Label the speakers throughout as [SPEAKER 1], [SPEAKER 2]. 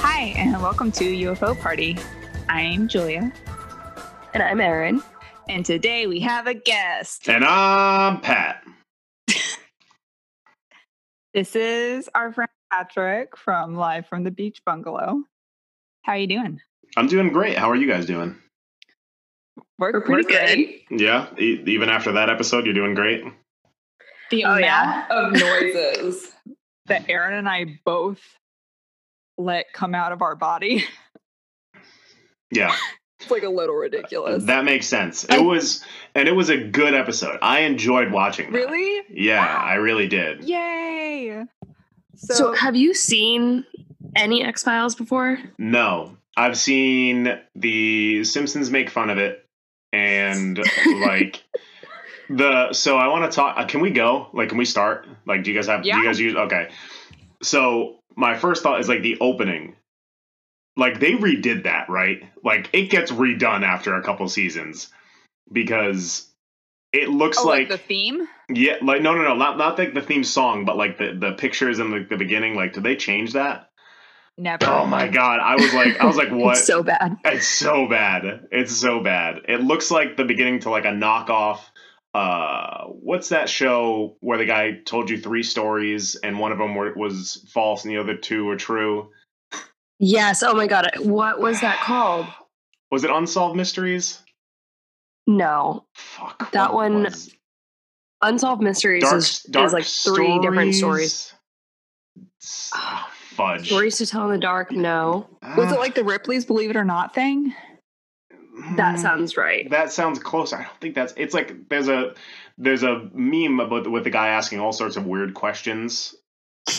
[SPEAKER 1] Hi, and welcome to UFO Party. I'm Julia,
[SPEAKER 2] And I'm Erin.
[SPEAKER 1] and today we have a guest.
[SPEAKER 3] And I'm Pat.
[SPEAKER 1] This is our friend Patrick from Live from the Beach Bungalow. How you doing?
[SPEAKER 3] I'm doing great. How are you guys doing?
[SPEAKER 2] We're pretty good.
[SPEAKER 3] Yeah, e- even after that episode, you're doing great.
[SPEAKER 1] The
[SPEAKER 2] Oh,
[SPEAKER 1] amount
[SPEAKER 2] yeah.
[SPEAKER 4] of noises.
[SPEAKER 1] that Aaron and I both let come out of our body.
[SPEAKER 3] Yeah,
[SPEAKER 4] it's like a little ridiculous.
[SPEAKER 3] that makes sense.
[SPEAKER 4] I-
[SPEAKER 3] It was, and it was a good episode. I enjoyed watching. That.
[SPEAKER 1] Really?
[SPEAKER 3] Yeah, I really did.
[SPEAKER 1] Yay! So, oh,
[SPEAKER 2] So, have you seen any X Files before?
[SPEAKER 3] No, I've seen the Simpsons make fun of it, and like the. So I want to talk. uh, Can we go? Like, can we start? Like, do you guys have? Do
[SPEAKER 1] Yeah.
[SPEAKER 3] you guys use? Okay. So my first thought is like the opening. Like they redid that, right? Like it gets redone after a couple seasons because it looks
[SPEAKER 1] oh, like,
[SPEAKER 3] like,
[SPEAKER 1] the theme?
[SPEAKER 3] yeah, like no, no, no, not not like the theme song, but like the the pictures in like the beginning. Like, did they change that?
[SPEAKER 1] Never.
[SPEAKER 3] Oh my god, I was like, I was like, what?
[SPEAKER 2] It's so bad.
[SPEAKER 3] It's so bad. It's so bad. It looks like the beginning to like a knockoff. Uh, what's that show where the guy told you three stories and one of them were, was false and the other two were true?
[SPEAKER 2] Yes. Oh my God. What was that called?
[SPEAKER 3] Was it Unsolved Mysteries?
[SPEAKER 2] No.
[SPEAKER 3] Fuck.
[SPEAKER 2] That
[SPEAKER 3] what
[SPEAKER 2] one
[SPEAKER 3] was-
[SPEAKER 2] Unsolved Mysteries
[SPEAKER 3] Dark,
[SPEAKER 2] is,
[SPEAKER 3] dark
[SPEAKER 2] is like three different stories.
[SPEAKER 3] S- ah, Fudge. Ah,
[SPEAKER 2] Stories to tell in the dark? No.
[SPEAKER 1] Was it like the Ripley's Believe It or Not thing?
[SPEAKER 2] That
[SPEAKER 3] hmm.
[SPEAKER 2] sounds right.
[SPEAKER 3] That sounds close. I don't think that's. It's like there's a there's a meme about with the guy asking all sorts of weird questions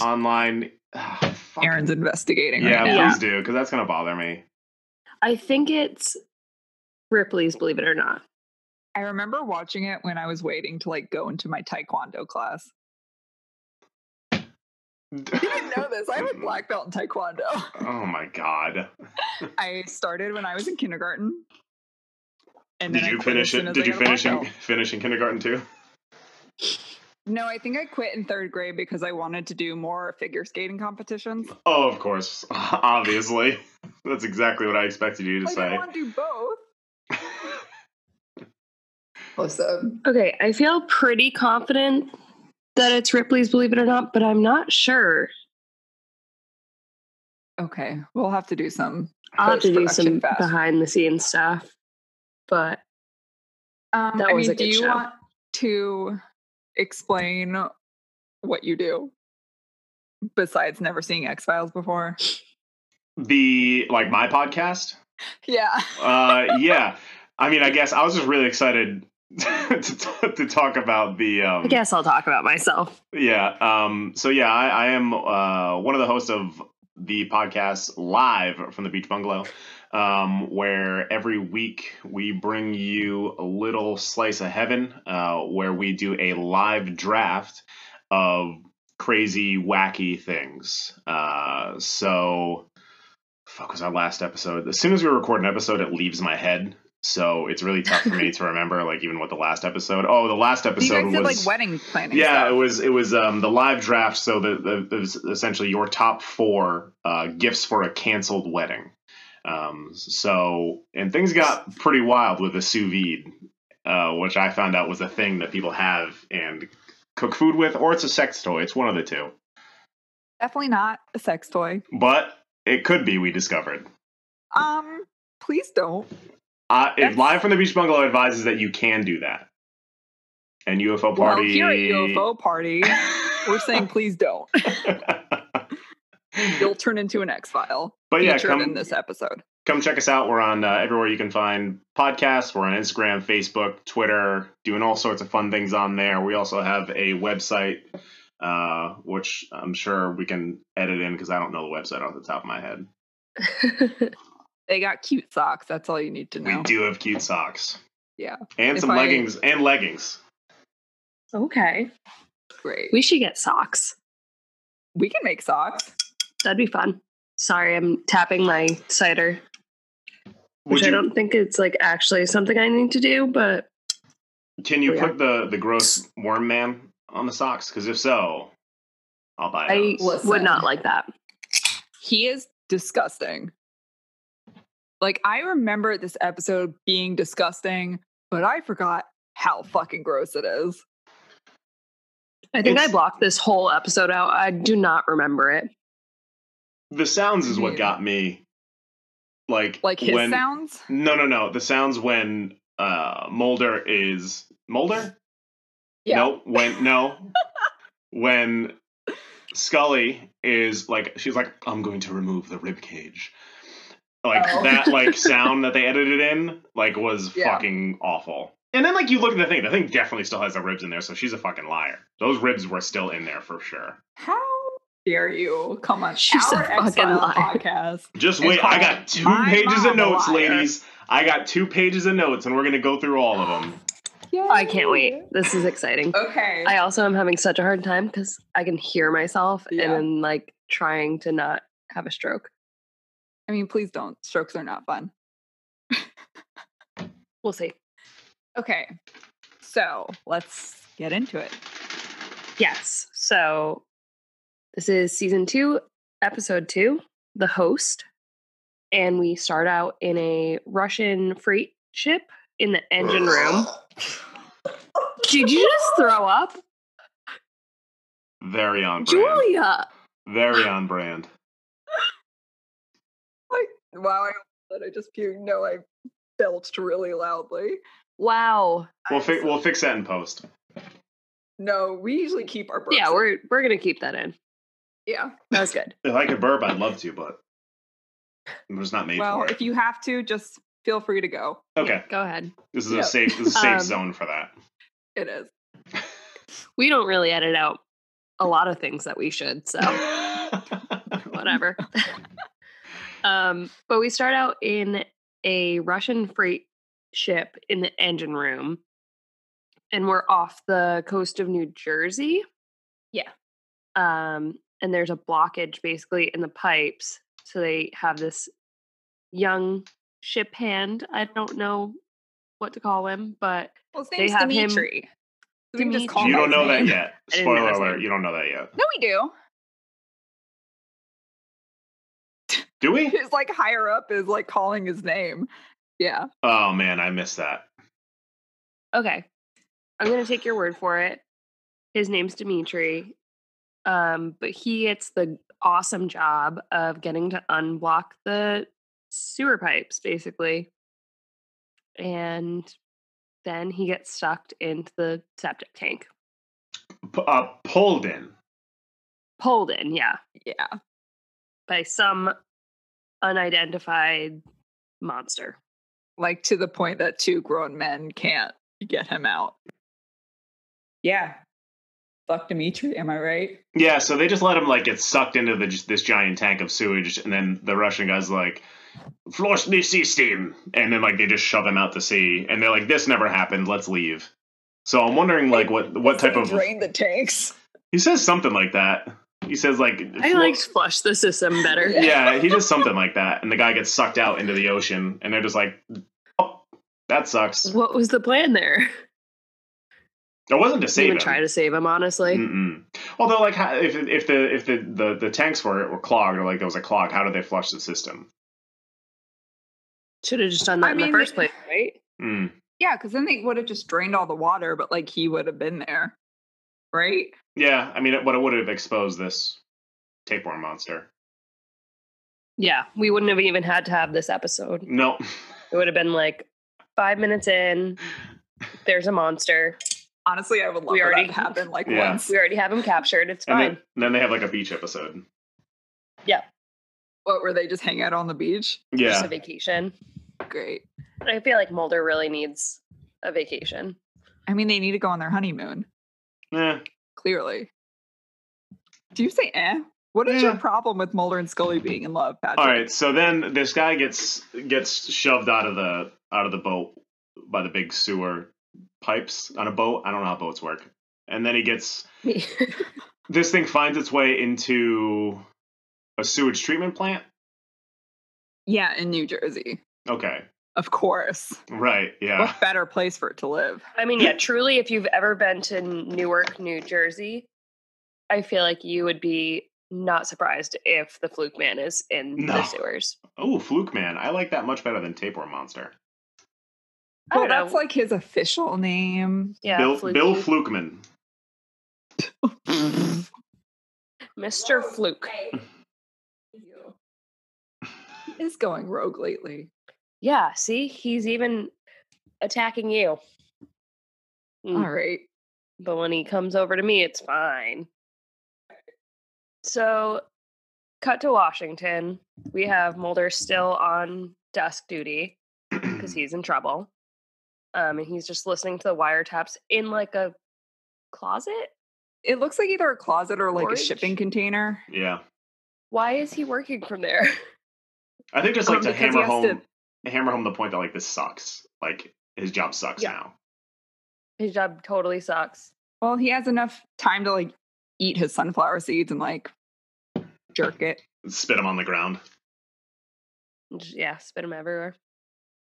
[SPEAKER 3] online. Ah, fuck.
[SPEAKER 1] Aaron's investigating
[SPEAKER 3] yeah,
[SPEAKER 1] right now.
[SPEAKER 2] Yeah.
[SPEAKER 3] please do because that's gonna bother me.
[SPEAKER 2] I think it's Ripley's, believe it or not.
[SPEAKER 1] I remember watching it when I was waiting to like go into my taekwondo class. I didn't know this. I have a black belt in taekwondo.
[SPEAKER 3] oh my god!
[SPEAKER 1] I started when I was in kindergarten. And
[SPEAKER 3] Did
[SPEAKER 1] then I
[SPEAKER 3] you
[SPEAKER 1] quit as
[SPEAKER 3] finish
[SPEAKER 1] soon
[SPEAKER 3] it?
[SPEAKER 1] as
[SPEAKER 3] Did
[SPEAKER 1] I
[SPEAKER 3] you
[SPEAKER 1] got a black
[SPEAKER 3] finish in
[SPEAKER 1] belt.
[SPEAKER 3] finish in kindergarten too?
[SPEAKER 1] No, I think I quit in third grade because I wanted to do more figure skating competitions.
[SPEAKER 3] Oh, of course, obviously. That's exactly what I expected you to
[SPEAKER 1] Like, I
[SPEAKER 3] say.
[SPEAKER 1] want to do both.
[SPEAKER 4] Awesome.
[SPEAKER 2] Okay. I feel pretty confident that it's Ripley's, believe it or not, but I'm not sure.
[SPEAKER 1] Okay, we'll have to do some.
[SPEAKER 2] I'll have to do
[SPEAKER 1] post-production
[SPEAKER 2] some
[SPEAKER 1] fast.
[SPEAKER 2] behind the scenes stuff. But
[SPEAKER 1] Um,
[SPEAKER 2] That
[SPEAKER 1] I
[SPEAKER 2] was
[SPEAKER 1] mean,
[SPEAKER 2] a
[SPEAKER 1] do
[SPEAKER 2] good
[SPEAKER 1] you
[SPEAKER 2] show.
[SPEAKER 1] want to explain what you do besides never seeing X Files before?
[SPEAKER 3] the like my podcast.
[SPEAKER 1] Yeah.
[SPEAKER 3] uh, yeah. I mean, I guess I was just really excited to, t- to talk about the. Um,
[SPEAKER 2] I guess I'll talk about myself.
[SPEAKER 3] Yeah. Um, so yeah, I, I am uh, one of the hosts of the podcast live from the Beach Bungalow, um, where every week we bring you a little slice of heaven, uh, where we do a live draft of crazy, wacky things. Uh, so. Fuck was our last episode. As soon as we record an episode, it leaves my head, so it's really tough for me to remember, like even what the last episode. Oh, the last
[SPEAKER 1] you
[SPEAKER 3] episode
[SPEAKER 1] guys did like
[SPEAKER 3] was
[SPEAKER 1] wedding planning.
[SPEAKER 3] yeah, it
[SPEAKER 1] stuff.
[SPEAKER 3] was it was um, the live draft. So the, the, it was essentially your top four uh, gifts for a canceled wedding. Um, so and things got pretty wild with the sous vide, uh, which I found out was a thing that people have and cook food with, or it's a sex toy. It's one of the two,
[SPEAKER 1] definitely not a sex toy.
[SPEAKER 3] but it could be. We discovered.
[SPEAKER 1] Um, please don't.
[SPEAKER 3] Uh,
[SPEAKER 1] That's-
[SPEAKER 3] if live from the beach bungalow advises that you can do that, and UFO party.
[SPEAKER 1] Well, here at UFO party, we're saying please don't. You'll turn into an X File.
[SPEAKER 3] but yeah,
[SPEAKER 1] featured
[SPEAKER 3] come
[SPEAKER 1] in this episode.
[SPEAKER 3] come check us out. We're on uh, everywhere you can find podcasts. We're on Instagram, Facebook, Twitter, doing all sorts of fun things on there. We also have a website, uh, which I'm sure we can edit in because I don't know the website off the top of my head.
[SPEAKER 1] They got cute socks. That's all you need to know.
[SPEAKER 3] We do have cute socks.
[SPEAKER 1] Yeah.
[SPEAKER 3] And
[SPEAKER 1] If
[SPEAKER 3] some
[SPEAKER 1] I-
[SPEAKER 3] leggings and leggings.
[SPEAKER 2] okay.
[SPEAKER 1] Great. We,
[SPEAKER 2] We should get socks.
[SPEAKER 1] we can make socks.
[SPEAKER 2] That'd be fun. Sorry, I'm tapping my cider,
[SPEAKER 3] Would
[SPEAKER 2] which I
[SPEAKER 3] you-
[SPEAKER 2] don't think it's like actually something I need to do, but
[SPEAKER 3] can you
[SPEAKER 1] Oh,
[SPEAKER 2] Yeah.
[SPEAKER 3] put the the gross worm man on the socks? Because if so, I'll buy
[SPEAKER 2] I
[SPEAKER 3] those.
[SPEAKER 4] Listen.
[SPEAKER 2] would not like that.
[SPEAKER 1] He is disgusting. Like I remember this episode being disgusting, but I forgot how fucking gross it is.
[SPEAKER 2] I think I
[SPEAKER 3] It's-
[SPEAKER 2] blocked this whole episode out. I do not remember it.
[SPEAKER 3] The sounds is what
[SPEAKER 1] Yeah.
[SPEAKER 3] got me. Like
[SPEAKER 1] Like his
[SPEAKER 3] when,
[SPEAKER 1] sounds.
[SPEAKER 3] No, no, no. The sounds when uh Mulder is Mulder?
[SPEAKER 4] Yeah.
[SPEAKER 3] No, when no. when Scully is like she's like I'm going to remove the rib cage. Like
[SPEAKER 4] Oh.
[SPEAKER 3] that like sound that they edited in like was
[SPEAKER 4] Yeah.
[SPEAKER 3] fucking awful. And then like you look at the thing, the thing definitely still has the ribs in there, so she's a fucking liar. Those ribs were still in there for sure.
[SPEAKER 1] How dare you come on
[SPEAKER 2] She's a
[SPEAKER 1] our
[SPEAKER 2] fucking
[SPEAKER 1] Exile
[SPEAKER 2] liar.
[SPEAKER 1] podcast?
[SPEAKER 3] Just
[SPEAKER 1] It's
[SPEAKER 3] wait. I
[SPEAKER 1] called
[SPEAKER 3] got two
[SPEAKER 1] My
[SPEAKER 3] pages of
[SPEAKER 1] Mom a
[SPEAKER 3] notes,
[SPEAKER 1] Liar.
[SPEAKER 3] ladies. I got two pages of notes, and we're gonna go through all of them.
[SPEAKER 2] I can't wait. This is exciting.
[SPEAKER 4] Okay.
[SPEAKER 2] I also am having such a hard time because I can hear myself
[SPEAKER 1] Yeah.
[SPEAKER 2] and I'm like trying to not have a stroke.
[SPEAKER 1] I mean, please don't. Strokes are not fun.
[SPEAKER 2] We'll see.
[SPEAKER 1] Okay. So let's get into it.
[SPEAKER 2] Yes. So this is season two, episode two, The Host. And we start out in a Russian freight ship in the engine room. Did you just throw up?
[SPEAKER 3] Very on brand.
[SPEAKER 2] Julia.
[SPEAKER 3] Very on brand.
[SPEAKER 4] Wow, I, but I just puked. No, I belched really loudly.
[SPEAKER 2] Wow.
[SPEAKER 3] We'll fi- we'll fix that in post.
[SPEAKER 4] No, we usually keep our burps.
[SPEAKER 2] Yeah, we're we're gonna keep that in.
[SPEAKER 4] yeah.
[SPEAKER 2] That was good.
[SPEAKER 3] If I could burp, I'd love to, but I'm just not made
[SPEAKER 1] Well,
[SPEAKER 3] for it.
[SPEAKER 1] if you have to, just feel free to go.
[SPEAKER 3] okay,
[SPEAKER 2] Go ahead.
[SPEAKER 3] this is
[SPEAKER 4] Yeah.
[SPEAKER 3] a safe this is a safe
[SPEAKER 2] Um,
[SPEAKER 3] zone for that.
[SPEAKER 4] It is.
[SPEAKER 2] We don't really edit out a lot of things that we should, so whatever. um, but we start out in a Russian freight ship in the engine room, and we're off the coast of New Jersey.
[SPEAKER 4] Yeah.
[SPEAKER 2] Um, and there's a blockage basically in the pipes, so they have this young ship hand. I don't know what to call him, but
[SPEAKER 4] Well, his
[SPEAKER 2] They have him-
[SPEAKER 4] So we can just call
[SPEAKER 3] you
[SPEAKER 4] him
[SPEAKER 3] don't
[SPEAKER 4] by
[SPEAKER 3] know
[SPEAKER 4] his
[SPEAKER 3] that
[SPEAKER 4] name.
[SPEAKER 3] yet.
[SPEAKER 2] I didn't know
[SPEAKER 3] Spoiler
[SPEAKER 2] his
[SPEAKER 3] alert,
[SPEAKER 2] name.
[SPEAKER 3] you don't know that yet.
[SPEAKER 1] No, we do.
[SPEAKER 3] Do we?
[SPEAKER 1] His like higher up is like calling his name. Yeah.
[SPEAKER 3] Oh man, I missed that.
[SPEAKER 2] Okay. I'm going to take your word for it. His name's Dimitri. Um, but he gets the awesome job of getting to unblock the sewer pipes, basically. And then he gets sucked into the septic tank.
[SPEAKER 3] P- uh, pulled in.
[SPEAKER 2] Pulled in, yeah,
[SPEAKER 1] Yeah.
[SPEAKER 2] by some unidentified monster.
[SPEAKER 1] Like to the point that two grown men can't get him out. Yeah. Fuck Dimitri, am I right?
[SPEAKER 3] Yeah, so they just let him like get sucked into the, this giant tank of sewage, and then the Russian guy's like, "Flush the system," and then like they just shove him out to sea, and they're like, "This never happened. Let's leave." So I'm wondering like what what type of
[SPEAKER 4] drain the tanks?
[SPEAKER 3] he says something like that. He says like
[SPEAKER 2] I
[SPEAKER 3] "Flo-
[SPEAKER 2] liked Flush the System better.
[SPEAKER 3] yeah, he does something like that, and the guy gets sucked out into the ocean, and they're just like, "Oh, that sucks."
[SPEAKER 2] What was the plan there?
[SPEAKER 3] It wasn't to save
[SPEAKER 2] Even
[SPEAKER 3] him. Mm.
[SPEAKER 2] try to save him, honestly.
[SPEAKER 3] Mm-mm. Although, like, how, if if the if the, the, the tanks were were clogged or like there was a clog, how did they flush the system?
[SPEAKER 2] Should have just done
[SPEAKER 1] I
[SPEAKER 2] that in
[SPEAKER 1] mean,
[SPEAKER 2] the first place, right?
[SPEAKER 3] Mm.
[SPEAKER 1] Yeah, because then they would have just drained all the water, but like he would have been there. Right?
[SPEAKER 3] Yeah, I mean, it, but it would have exposed this tapeworm monster.
[SPEAKER 2] Yeah, we wouldn't have even had to have this episode.
[SPEAKER 3] No,
[SPEAKER 2] It would have been like five minutes in. There's a monster.
[SPEAKER 1] Honestly, I would love
[SPEAKER 2] We
[SPEAKER 1] for
[SPEAKER 2] already-
[SPEAKER 1] that to happen like
[SPEAKER 3] Yeah.
[SPEAKER 1] once.
[SPEAKER 2] We already have him captured. It's
[SPEAKER 3] and
[SPEAKER 2] fine.
[SPEAKER 3] then, and then they have like a beach episode.
[SPEAKER 1] What were they just hang out on the beach?
[SPEAKER 2] Just
[SPEAKER 3] Yeah,
[SPEAKER 2] a vacation.
[SPEAKER 1] Great.
[SPEAKER 2] I feel like Mulder really needs a vacation.
[SPEAKER 1] I mean, they need to go on their honeymoon,
[SPEAKER 3] Eh,
[SPEAKER 1] clearly. Do you say eh? What is your
[SPEAKER 3] Yeah.
[SPEAKER 1] problem with Mulder and Scully being in love, Patrick?
[SPEAKER 3] All right, so then this guy gets gets shoved out of the out of the boat by the big sewer pipes on a boat. I don't know how boats work. And then he gets this thing finds its way into a sewage treatment plant.
[SPEAKER 1] Yeah, in New Jersey.
[SPEAKER 3] Okay,
[SPEAKER 1] Of course.
[SPEAKER 3] right, yeah,
[SPEAKER 1] What better place for it to live?
[SPEAKER 2] I mean, yeah, truly, if you've ever been to Newark, New Jersey, I feel like you would be not surprised if the fluke man is in
[SPEAKER 3] No.
[SPEAKER 2] the sewers.
[SPEAKER 3] Oh, Fluke Man. I like that much better than Tapeworm Monster.
[SPEAKER 2] I
[SPEAKER 1] Well,
[SPEAKER 2] don't know.
[SPEAKER 1] that's like his official name.
[SPEAKER 2] yeah,
[SPEAKER 3] Bill,
[SPEAKER 2] Fluky.
[SPEAKER 3] Bill Flukeman.
[SPEAKER 2] Mr. Fluke.
[SPEAKER 1] He is going rogue lately.
[SPEAKER 2] Yeah, see, he's even attacking you. Mm.
[SPEAKER 1] All right.
[SPEAKER 2] But when he comes over to me, it's fine. So, cut to Washington. We have Mulder still on desk duty
[SPEAKER 3] Mm-hmm.
[SPEAKER 2] because he's in trouble. Um, and he's just listening to the wiretaps in like a closet.
[SPEAKER 1] It looks like either a closet or like
[SPEAKER 2] Orange?
[SPEAKER 1] a shipping container.
[SPEAKER 3] yeah.
[SPEAKER 2] Why is he working from there?
[SPEAKER 3] I think just like
[SPEAKER 1] Um,
[SPEAKER 3] to
[SPEAKER 1] because he
[SPEAKER 3] hammer
[SPEAKER 1] has
[SPEAKER 3] home hammer home the point that like this sucks. Like his job sucks
[SPEAKER 2] Yeah.
[SPEAKER 3] now.
[SPEAKER 2] His job totally sucks.
[SPEAKER 1] Well, he has enough time to like eat his sunflower seeds and like jerk it.
[SPEAKER 3] Spit him on the ground.
[SPEAKER 2] J- Yeah, spit him everywhere.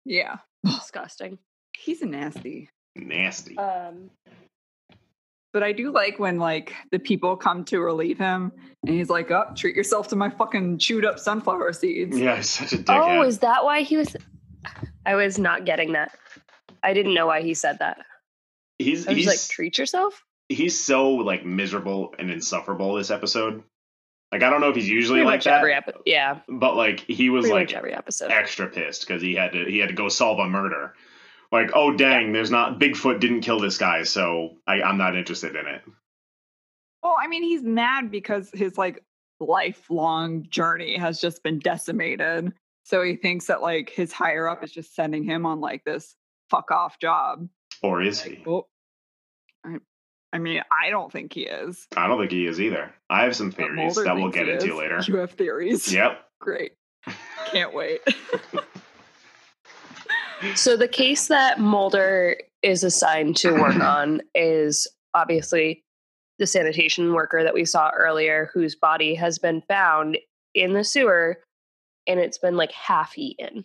[SPEAKER 1] Yeah.
[SPEAKER 2] Disgusting.
[SPEAKER 1] He's a nasty.
[SPEAKER 3] Nasty.
[SPEAKER 2] Um,
[SPEAKER 1] But I do like when like the people come to relieve him and he's like, oh, treat yourself to my fucking chewed up sunflower seeds.
[SPEAKER 3] yeah, he's such a dickhead.
[SPEAKER 2] oh, is that why he was? I was not getting that. I didn't know why he said that.
[SPEAKER 3] he's
[SPEAKER 2] I was
[SPEAKER 3] he's
[SPEAKER 2] like, treat yourself.
[SPEAKER 3] he's so like miserable and insufferable this episode. Like I don't know if he's usually
[SPEAKER 2] Pretty
[SPEAKER 3] like
[SPEAKER 2] much
[SPEAKER 3] that,
[SPEAKER 2] every episode. Yeah,
[SPEAKER 3] but like he was
[SPEAKER 2] pretty
[SPEAKER 3] like
[SPEAKER 2] much every episode.
[SPEAKER 3] extra pissed because he had to he had to go solve a murder. Like, oh dang, there's not Bigfoot didn't kill this guy, so I, I'm not interested in it.
[SPEAKER 1] Well, I mean, he's mad because his like lifelong journey has just been decimated. So he thinks that like his higher up is just sending him on like this fuck off job.
[SPEAKER 3] Or is he?
[SPEAKER 1] Oh, I, I mean, I don't think he is.
[SPEAKER 3] I don't think he is either. I have some
[SPEAKER 1] but
[SPEAKER 3] theories
[SPEAKER 1] Mulder
[SPEAKER 3] that we'll
[SPEAKER 1] thinks
[SPEAKER 3] get
[SPEAKER 1] he
[SPEAKER 3] into
[SPEAKER 1] is.
[SPEAKER 3] later.
[SPEAKER 1] You have theories.
[SPEAKER 3] Yep.
[SPEAKER 1] Great. Can't wait.
[SPEAKER 2] So the case that Mulder is assigned to work on is obviously the sanitation worker that we saw earlier, whose body has been found in the sewer, and it's been like half eaten,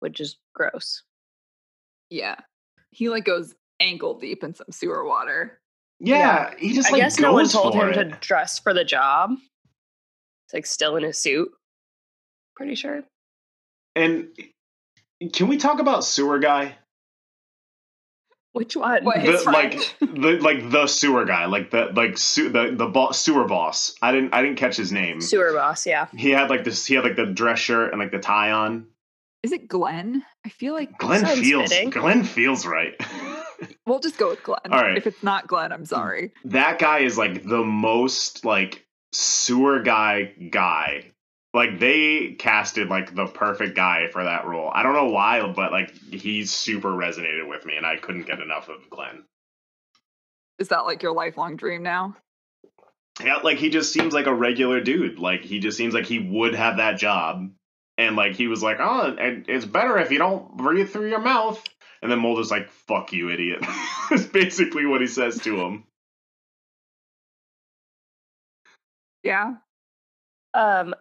[SPEAKER 2] which is gross.
[SPEAKER 1] yeah. He like goes ankle deep in some sewer water.
[SPEAKER 3] Yeah, he just
[SPEAKER 2] I
[SPEAKER 3] like
[SPEAKER 2] guess
[SPEAKER 3] goes
[SPEAKER 2] no one told
[SPEAKER 3] for
[SPEAKER 2] him
[SPEAKER 3] it.
[SPEAKER 2] to dress for the job. It's like still in his suit. Pretty sure.
[SPEAKER 3] And can we talk about sewer guy?
[SPEAKER 2] Which one?
[SPEAKER 1] What, his
[SPEAKER 3] The-
[SPEAKER 1] friend?
[SPEAKER 3] like the like the sewer guy, like the like su- the the bo- sewer boss. I didn't I didn't catch his name.
[SPEAKER 2] Sewer boss, yeah.
[SPEAKER 3] He had like this. He had like the dress shirt and like the tie on.
[SPEAKER 1] Is it Glenn? I feel like
[SPEAKER 3] Glenn
[SPEAKER 2] Sounds
[SPEAKER 3] feels.
[SPEAKER 2] fitting.
[SPEAKER 3] Glenn feels right.
[SPEAKER 1] we'll just go with Glenn.
[SPEAKER 3] All right. Hmm.
[SPEAKER 1] If it's not Glenn, I'm sorry.
[SPEAKER 3] that guy is like the most like sewer guy guy. Like they casted like the perfect guy for that role. I don't know why, but like he super resonated with me, and I couldn't get enough of Glenn.
[SPEAKER 1] Is that like your lifelong dream now?
[SPEAKER 3] Yeah, like he just seems like a regular dude. Like he just seems like he would have that job, and like he was like, "Oh, it, it's better if you don't breathe through your mouth." And then Mulder's like, "Fuck you, idiot." That's basically what he says to him.
[SPEAKER 1] Yeah.
[SPEAKER 2] Um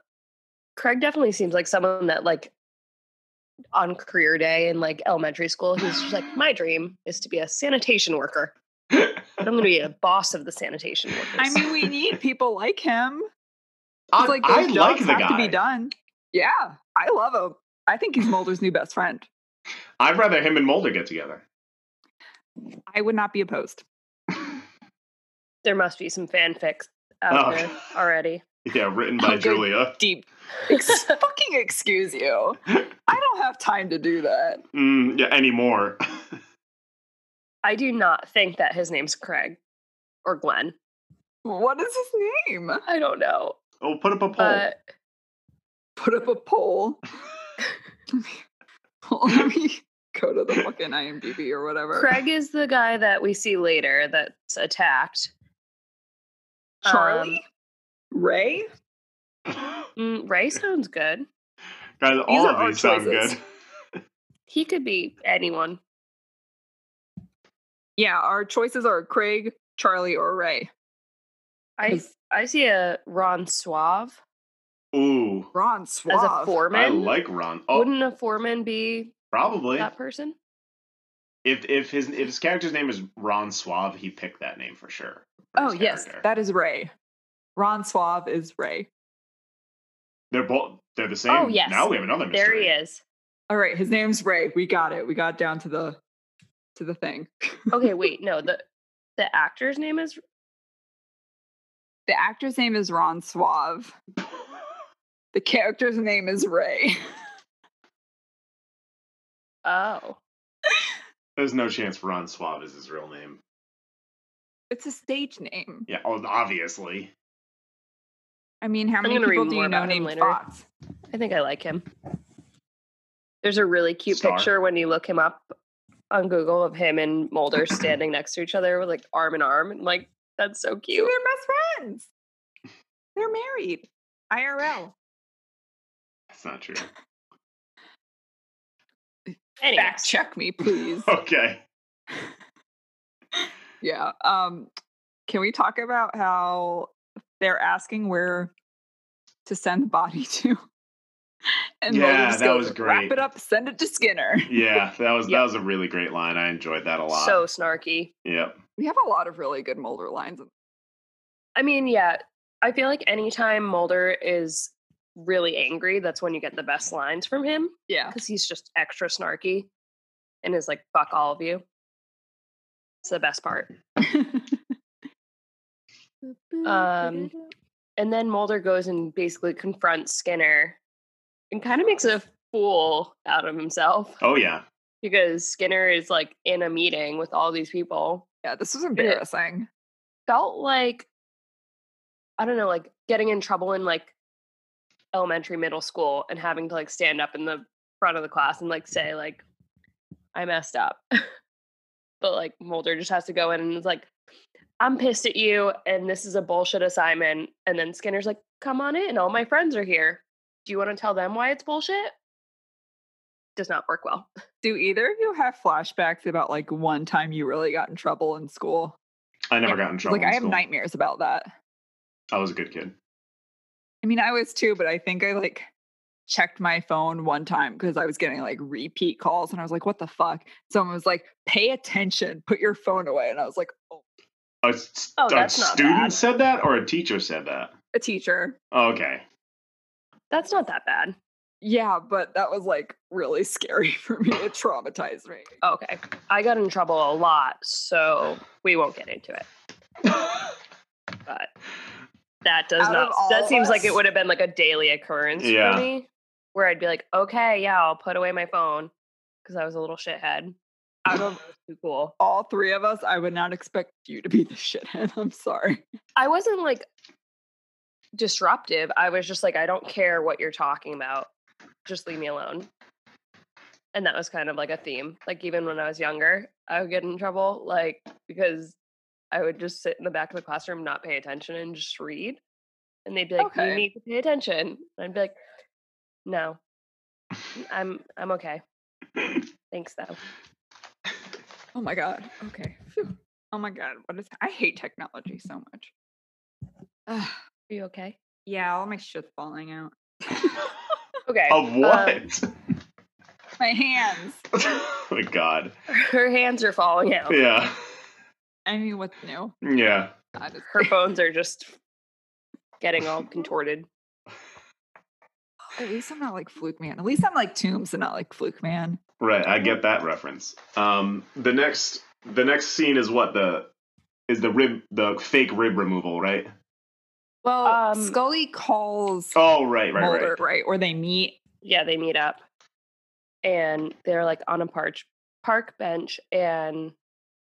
[SPEAKER 2] Craig definitely seems like someone that like on career day in like elementary school, he's just like, My dream is to be a sanitation worker. But I'm gonna be a boss of the sanitation workers.
[SPEAKER 1] I mean, we need people like him.
[SPEAKER 3] I,
[SPEAKER 1] It's like
[SPEAKER 3] I
[SPEAKER 1] those
[SPEAKER 3] like
[SPEAKER 1] jobs
[SPEAKER 3] the
[SPEAKER 1] have
[SPEAKER 3] guy.
[SPEAKER 1] to be done. Yeah, I love him. I think he's Mulder's new best friend.
[SPEAKER 3] I'd rather him and Mulder get together.
[SPEAKER 1] I would not be opposed.
[SPEAKER 2] there must be some fanfics out
[SPEAKER 3] Oh.
[SPEAKER 2] there already.
[SPEAKER 3] Yeah, written by
[SPEAKER 1] Okay.
[SPEAKER 3] Julia.
[SPEAKER 1] Deep. Ex- fucking excuse you. I don't have time to do that.
[SPEAKER 3] Mm, yeah, anymore.
[SPEAKER 2] I do not think that his name's Craig or Glenn.
[SPEAKER 1] What is his name?
[SPEAKER 2] I don't know.
[SPEAKER 3] oh, put up a poll.
[SPEAKER 2] But
[SPEAKER 1] Put up a poll. Let me go to the fucking IMDb or whatever.
[SPEAKER 2] Craig is the guy that we see later that's attacked.
[SPEAKER 1] Charlie?
[SPEAKER 2] Um,
[SPEAKER 1] Ray?
[SPEAKER 2] Mm, Ray sounds good.
[SPEAKER 3] Guys, all
[SPEAKER 1] are
[SPEAKER 3] of
[SPEAKER 1] our
[SPEAKER 3] these sound
[SPEAKER 1] choices.
[SPEAKER 3] good.
[SPEAKER 2] He could be anyone.
[SPEAKER 1] Yeah, our choices are Craig, Charlie, or Ray.
[SPEAKER 2] I
[SPEAKER 1] Cause-
[SPEAKER 2] I see a Ron Suave
[SPEAKER 3] Ooh,
[SPEAKER 1] Ron
[SPEAKER 2] as
[SPEAKER 1] Suave.
[SPEAKER 2] a foreman.
[SPEAKER 3] I like Ron. Oh,
[SPEAKER 2] Wouldn't a foreman be
[SPEAKER 3] probably.
[SPEAKER 2] that person?
[SPEAKER 3] If if his if his character's name is Ron Suave, he picked that name for sure. for
[SPEAKER 1] Oh
[SPEAKER 3] his
[SPEAKER 1] yes,
[SPEAKER 3] character.
[SPEAKER 1] that is Ray. Ron Suave is Ray.
[SPEAKER 3] They're both they're the same.
[SPEAKER 2] Oh, yes.
[SPEAKER 3] Now we have another mystery.
[SPEAKER 2] There he is.
[SPEAKER 1] All right, his name's Ray. We got it. We got down to the to the thing.
[SPEAKER 2] Okay, wait, no, the the actor's name is
[SPEAKER 1] The actor's name is Ron Suave. The character's name is Ray.
[SPEAKER 2] oh.
[SPEAKER 3] There's no chance Ron Swab is his real name.
[SPEAKER 1] It's a stage name.
[SPEAKER 3] Yeah, oh, obviously.
[SPEAKER 1] I mean, how
[SPEAKER 2] I'm
[SPEAKER 1] many
[SPEAKER 2] gonna
[SPEAKER 1] people
[SPEAKER 2] read
[SPEAKER 1] do
[SPEAKER 2] more
[SPEAKER 1] you know
[SPEAKER 2] about him
[SPEAKER 1] named
[SPEAKER 2] later.
[SPEAKER 1] Fox?
[SPEAKER 2] I think I like him. There's a really cute
[SPEAKER 3] Star.
[SPEAKER 2] picture when you look him up on Google of him and Mulder standing next to each other with like arm in arm and like that's so
[SPEAKER 1] See, they're
[SPEAKER 2] cute.
[SPEAKER 1] best friends. They're married. IRL.
[SPEAKER 3] That's not true.
[SPEAKER 2] Anyway,
[SPEAKER 1] Fact check me, please.
[SPEAKER 3] Okay.
[SPEAKER 1] yeah. Um, can we talk about how they're asking where to send the body to? Mulder
[SPEAKER 3] Yeah,
[SPEAKER 1] just
[SPEAKER 3] that
[SPEAKER 1] goes,
[SPEAKER 3] was
[SPEAKER 1] Wrap
[SPEAKER 3] great.
[SPEAKER 1] it up, send it to Skinner.
[SPEAKER 3] Yeah, that was
[SPEAKER 2] Yeah.
[SPEAKER 3] that was a really great line. I enjoyed that a lot.
[SPEAKER 2] so snarky.
[SPEAKER 3] yep.
[SPEAKER 1] We have a lot of really good Mulder lines.
[SPEAKER 2] I mean, yeah, I feel like anytime Mulder is really angry, that's when you get the best lines from him
[SPEAKER 1] Yeah.
[SPEAKER 2] because he's just extra snarky and is like, fuck all of you. It's the best part. Um, and then Mulder goes and basically confronts Skinner and kind of makes a fool out of himself
[SPEAKER 3] Oh yeah.
[SPEAKER 2] because Skinner is like in a meeting with all these people.
[SPEAKER 1] yeah, this was embarrassing.
[SPEAKER 2] Felt like, I don't know, like getting in trouble in like elementary, middle school and having to like stand up in the front of the class and like say, like, I messed up. but like Mulder just has to go in and is like, I'm pissed at you and this is a bullshit assignment. And then Skinner's like, come on in. All my friends are here. Do you want to tell them why it's bullshit? Does not work well.
[SPEAKER 1] Do either of you have flashbacks about like one time you really got in trouble in school?
[SPEAKER 3] I never got in trouble.
[SPEAKER 1] like I
[SPEAKER 3] in
[SPEAKER 1] have
[SPEAKER 3] school.
[SPEAKER 1] nightmares about that.
[SPEAKER 3] I was a good kid.
[SPEAKER 1] I mean, I was too, but I think I like checked my phone one time because I was getting like repeat calls and I was like, what the fuck? Someone was like, pay attention, put your phone away. And I was like, oh,
[SPEAKER 3] A, s-
[SPEAKER 2] Oh,
[SPEAKER 3] a
[SPEAKER 2] that's not
[SPEAKER 3] student
[SPEAKER 2] bad.
[SPEAKER 3] said that or a teacher said that?
[SPEAKER 1] a teacher.
[SPEAKER 3] Okay.
[SPEAKER 2] That's not that bad.
[SPEAKER 1] Yeah, but that was like really scary for me. It traumatized me.
[SPEAKER 2] Okay. I got in trouble a lot, so we won't get into it. But that does
[SPEAKER 1] Out of
[SPEAKER 2] not
[SPEAKER 1] all
[SPEAKER 2] that
[SPEAKER 1] of
[SPEAKER 2] seems like it
[SPEAKER 1] us.
[SPEAKER 2] would have been like a daily occurrence
[SPEAKER 3] Yeah.
[SPEAKER 2] for me where I'd be like, "Okay, yeah, I'll put away my phone because I was a little shithead."
[SPEAKER 1] Out of
[SPEAKER 2] Too cool.
[SPEAKER 1] all three of us, I would not expect you to be the shithead. I'm sorry.
[SPEAKER 2] I wasn't like disruptive. I was just like, "I don't care what you're talking about. Just leave me alone." And that was kind of like a theme. Like even when I was younger, I would get in trouble like because I would just sit in the back of the classroom, not pay attention, and just read. And they'd be like,
[SPEAKER 1] Okay.
[SPEAKER 2] "You need to pay attention." And I'd be like, "No, I'm I'm okay. Thanks though."
[SPEAKER 1] Oh my god. Okay. Phew. Oh my god. What is? I hate technology so much. Ugh.
[SPEAKER 2] Are you okay?
[SPEAKER 1] yeah, all my shit's falling out.
[SPEAKER 2] Okay.
[SPEAKER 3] of
[SPEAKER 2] um,
[SPEAKER 3] what?
[SPEAKER 1] my hands.
[SPEAKER 3] oh my god.
[SPEAKER 2] her hands are falling out.
[SPEAKER 3] Yeah.
[SPEAKER 1] I mean, what's new?
[SPEAKER 3] Yeah.
[SPEAKER 1] I just-
[SPEAKER 2] Her bones are just getting all contorted.
[SPEAKER 1] At least I'm not like Fluke Man. At least I'm like Tombs and not like Fluke Man.
[SPEAKER 3] Right, I get that reference. Um, the next, the next scene is what the is the rib, the fake rib removal, right?
[SPEAKER 1] Well,
[SPEAKER 2] Um,
[SPEAKER 1] Scully calls
[SPEAKER 3] Oh, right, right,
[SPEAKER 1] Mulder,
[SPEAKER 3] right.
[SPEAKER 1] right. Or they meet.
[SPEAKER 2] yeah, they meet up and they're like on a parch park bench and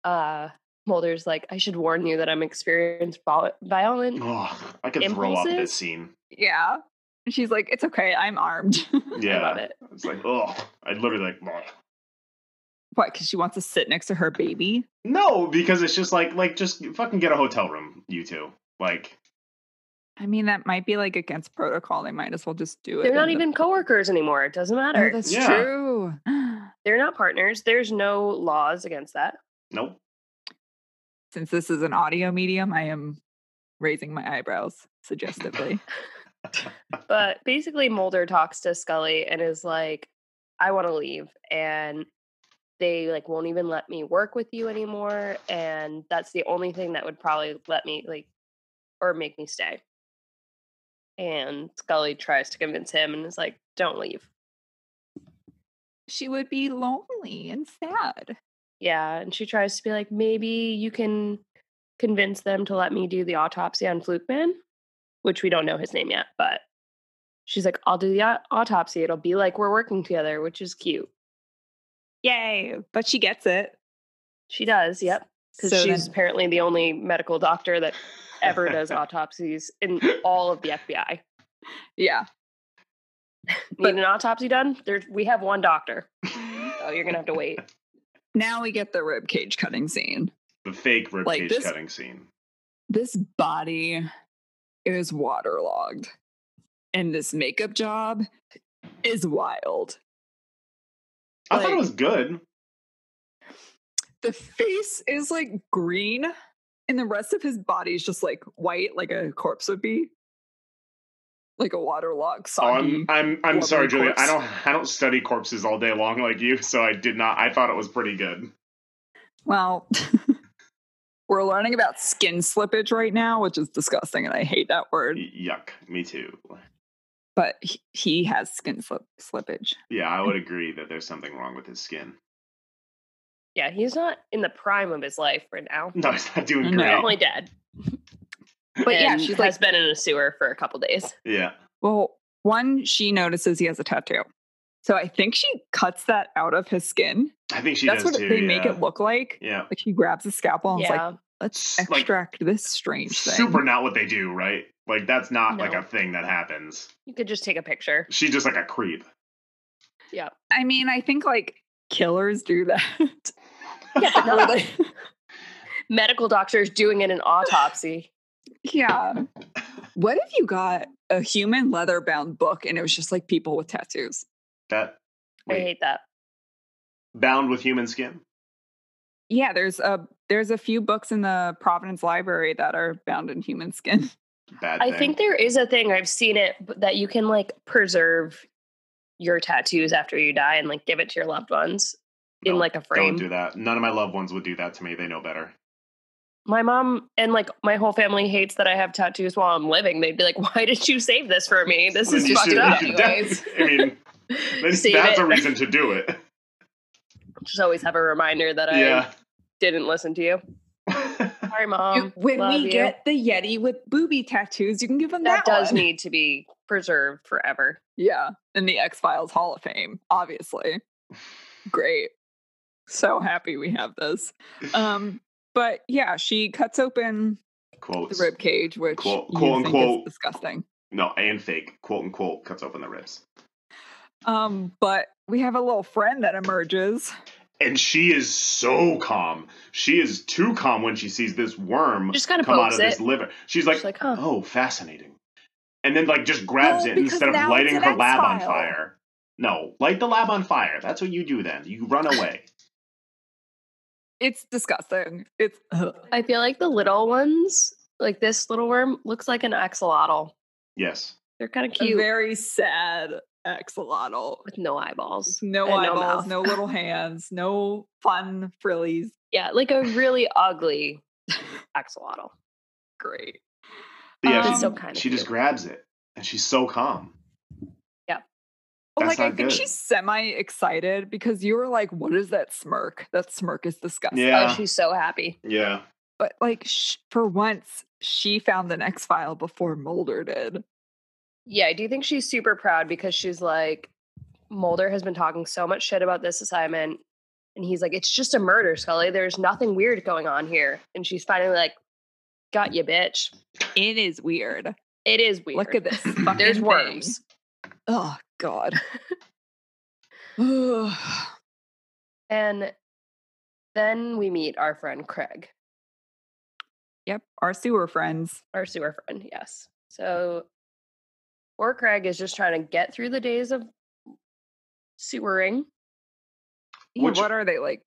[SPEAKER 2] uh Mulder's like, I should warn you that I'm experienced vol- violent.
[SPEAKER 3] Oh, I could throw up this
[SPEAKER 2] Impulses?
[SPEAKER 3] scene.
[SPEAKER 1] Yeah. And she's like, it's okay. I'm armed.
[SPEAKER 3] Yeah,
[SPEAKER 2] I love it.
[SPEAKER 3] it's like, oh, I'd literally like, "Ugh."
[SPEAKER 1] what? Because she wants to sit next to her baby?
[SPEAKER 3] no, because it's just like, like, just fucking get a hotel room, you two. Like,
[SPEAKER 1] I mean, that might be like against protocol. They might as well just do it.
[SPEAKER 2] They're not
[SPEAKER 1] in the-
[SPEAKER 2] even coworkers anymore. It doesn't
[SPEAKER 1] Oh,
[SPEAKER 2] matter.
[SPEAKER 1] that's
[SPEAKER 3] Yeah.
[SPEAKER 1] true.
[SPEAKER 2] They're not partners. There's no laws against that.
[SPEAKER 3] nope.
[SPEAKER 1] Since this is an audio medium, I am raising my eyebrows suggestively.
[SPEAKER 2] But basically, Mulder talks to Scully and is like, I want to leave. And they like won't even let me work with you anymore. And that's the only thing that would probably let me like or make me stay. And Scully tries to convince him and is like, don't leave.
[SPEAKER 1] She would be lonely and sad.
[SPEAKER 2] Yeah. And she tries to be like, maybe you can convince them to let me do the autopsy on Flukeman, which we don't know his name yet, but she's like, I'll do the au- autopsy. It'll be like we're working together, which is cute.
[SPEAKER 1] Yay. But she gets it.
[SPEAKER 2] She does. Yep. Because
[SPEAKER 1] So
[SPEAKER 2] she's
[SPEAKER 1] then-
[SPEAKER 2] apparently the only medical doctor that ever does autopsies in all of the FBI.
[SPEAKER 1] yeah.
[SPEAKER 2] Need an autopsy done? There's we have one doctor. So you're gonna have to wait.
[SPEAKER 1] Now we get the rib cage cutting scene.
[SPEAKER 3] the fake ribcage
[SPEAKER 1] Like this-
[SPEAKER 3] cutting scene.
[SPEAKER 1] this body is waterlogged and this makeup job is wild
[SPEAKER 3] I thought it
[SPEAKER 1] Like-
[SPEAKER 3] was good.
[SPEAKER 1] the face is like green and the rest of his body is just like white like a corpse would be like a waterlogged
[SPEAKER 3] Oh, I'm
[SPEAKER 1] soggy
[SPEAKER 3] I'm I'm
[SPEAKER 1] Lovely
[SPEAKER 3] sorry, Julia. I
[SPEAKER 1] corpse.
[SPEAKER 3] don't I don't study corpses all day long like you, so I did not. I thought it was pretty good.
[SPEAKER 1] well we're learning about skin slippage right now which is disgusting and i hate that word
[SPEAKER 3] Y- Yuck, me too.
[SPEAKER 1] but he, he has skin slip, slippage
[SPEAKER 3] Yeah, I would agree that there's something wrong with his skin.
[SPEAKER 2] Yeah, he's not in the prime of his life right now.
[SPEAKER 3] No, he's not doing
[SPEAKER 1] No.
[SPEAKER 3] great.
[SPEAKER 2] Definitely dead.
[SPEAKER 1] but yeah
[SPEAKER 2] And
[SPEAKER 1] she's like
[SPEAKER 2] has been in a sewer for a couple days.
[SPEAKER 3] Yeah,
[SPEAKER 1] Well, one, she notices he has a tattoo. So I think she cuts that out of his skin.
[SPEAKER 3] I think she
[SPEAKER 1] That's
[SPEAKER 3] does
[SPEAKER 1] what
[SPEAKER 3] too.
[SPEAKER 1] they
[SPEAKER 3] yeah.
[SPEAKER 1] make it look like.
[SPEAKER 3] Yeah,
[SPEAKER 1] Like she grabs a scalpel and is
[SPEAKER 2] yeah.
[SPEAKER 1] like, let's
[SPEAKER 3] S- like,
[SPEAKER 1] extract this strange thing.
[SPEAKER 3] super not what they do, right? Like that's not like
[SPEAKER 2] No.
[SPEAKER 3] a thing that happens.
[SPEAKER 2] you could just take a picture.
[SPEAKER 3] She's just like a creep.
[SPEAKER 2] Yeah.
[SPEAKER 1] I mean, I think like killers do that.
[SPEAKER 2] Yeah, but
[SPEAKER 1] Or,
[SPEAKER 2] not
[SPEAKER 1] like-
[SPEAKER 2] medical doctors doing it an autopsy.
[SPEAKER 1] yeah. What if you got a human leather bound book and it was just like people with tattoos?
[SPEAKER 3] That
[SPEAKER 2] I
[SPEAKER 3] wait,
[SPEAKER 2] hate that.
[SPEAKER 3] bound with human skin.
[SPEAKER 1] Yeah, there's a there's a few books in the Providence Library that are bound in human skin.
[SPEAKER 3] Bad.
[SPEAKER 2] I
[SPEAKER 3] thing.
[SPEAKER 2] think there is a thing I've seen it b- that you can like preserve your tattoos after you die and like give it to your loved ones in
[SPEAKER 3] No,
[SPEAKER 2] like a
[SPEAKER 3] don't
[SPEAKER 2] frame.
[SPEAKER 3] do that. None of my loved ones would do that to me. They know better.
[SPEAKER 2] My mom and like my whole family hates that I have tattoos while I'm living. They'd be like, "Why did you save this for me? This is
[SPEAKER 3] You
[SPEAKER 2] fucked
[SPEAKER 3] should-
[SPEAKER 2] up."
[SPEAKER 3] you should def-
[SPEAKER 2] Anyways,
[SPEAKER 3] I mean, that's,
[SPEAKER 2] Save
[SPEAKER 3] that's
[SPEAKER 2] it.
[SPEAKER 3] a reason to do it.
[SPEAKER 2] Just always have a reminder that I
[SPEAKER 3] Yeah.
[SPEAKER 2] didn't listen to you. Sorry, mom.
[SPEAKER 1] when
[SPEAKER 2] Um, Love
[SPEAKER 1] we
[SPEAKER 2] you.
[SPEAKER 1] get the Yeti with booby tattoos, you can give them that.
[SPEAKER 2] that, does
[SPEAKER 1] one.
[SPEAKER 2] need to be preserved forever.
[SPEAKER 1] Yeah, in the X Files Hall of Fame, obviously. Great. So happy we have this. Um, but yeah, she cuts open the
[SPEAKER 3] Quotes.
[SPEAKER 1] rib cage, which
[SPEAKER 3] Quote-
[SPEAKER 1] you
[SPEAKER 3] quote,
[SPEAKER 1] think is
[SPEAKER 3] unquote.
[SPEAKER 1] disgusting.
[SPEAKER 3] No, and fake. Quote unquote cuts open the ribs.
[SPEAKER 1] Um, but we have a little friend that emerges.
[SPEAKER 3] And she is so calm. She is too calm when she sees this worm
[SPEAKER 2] Just kinda
[SPEAKER 3] come out
[SPEAKER 2] pokes
[SPEAKER 3] of this
[SPEAKER 2] it.
[SPEAKER 3] liver. She's
[SPEAKER 2] Like,
[SPEAKER 3] like,
[SPEAKER 2] She's like, huh?
[SPEAKER 3] oh, fascinating. And then like just grabs
[SPEAKER 1] No,
[SPEAKER 3] it
[SPEAKER 1] because
[SPEAKER 3] instead of
[SPEAKER 1] now
[SPEAKER 3] lighting
[SPEAKER 1] it's
[SPEAKER 3] her
[SPEAKER 1] an
[SPEAKER 3] lab on
[SPEAKER 1] X-File.
[SPEAKER 3] fire. No, light the lab on fire. That's what you do then. You run away.
[SPEAKER 1] It's disgusting. It's ugh.
[SPEAKER 2] I feel like the little ones, like this little worm, looks like an axolotl.
[SPEAKER 3] yes.
[SPEAKER 2] They're kind of
[SPEAKER 1] a
[SPEAKER 2] cute
[SPEAKER 1] very sad axolotl.
[SPEAKER 2] with no eyeballs.
[SPEAKER 1] No
[SPEAKER 2] and
[SPEAKER 1] eyeballs,
[SPEAKER 2] mouth.
[SPEAKER 1] no little hands, no fun frillies.
[SPEAKER 2] Yeah, like a really ugly axolotl. Oh,
[SPEAKER 1] Great.
[SPEAKER 3] But yeah,
[SPEAKER 1] Um,
[SPEAKER 3] she,
[SPEAKER 2] so kind of
[SPEAKER 3] she just
[SPEAKER 2] cute.
[SPEAKER 3] grabs it. And she's so calm.
[SPEAKER 1] Well,
[SPEAKER 3] That's
[SPEAKER 1] Oh, like I
[SPEAKER 3] not
[SPEAKER 1] think
[SPEAKER 3] good.
[SPEAKER 1] she's semi excited because you were like, "What is that smirk? That smirk is disgusting."
[SPEAKER 3] Yeah.
[SPEAKER 2] Oh, she's so happy.
[SPEAKER 3] Yeah.
[SPEAKER 1] But like, sh- for once, she found the next file before Mulder did.
[SPEAKER 2] Yeah, I do think she's super proud because she's like, Mulder has been talking so much shit about this assignment. And he's like, it's just a murder, Scully. There's nothing weird going on here. And she's finally like, got you, bitch.
[SPEAKER 1] It is weird.
[SPEAKER 2] It is weird.
[SPEAKER 1] Look at this. fucking
[SPEAKER 2] There's
[SPEAKER 1] thing.
[SPEAKER 2] worms.
[SPEAKER 1] Oh God.
[SPEAKER 2] And then we meet our friend Craig,
[SPEAKER 1] yep, our sewer friends.
[SPEAKER 2] our sewer friend. Yes. So poor Craig is just trying to get through the days of sewering.
[SPEAKER 1] Yeah,
[SPEAKER 3] Which-
[SPEAKER 1] what are they like?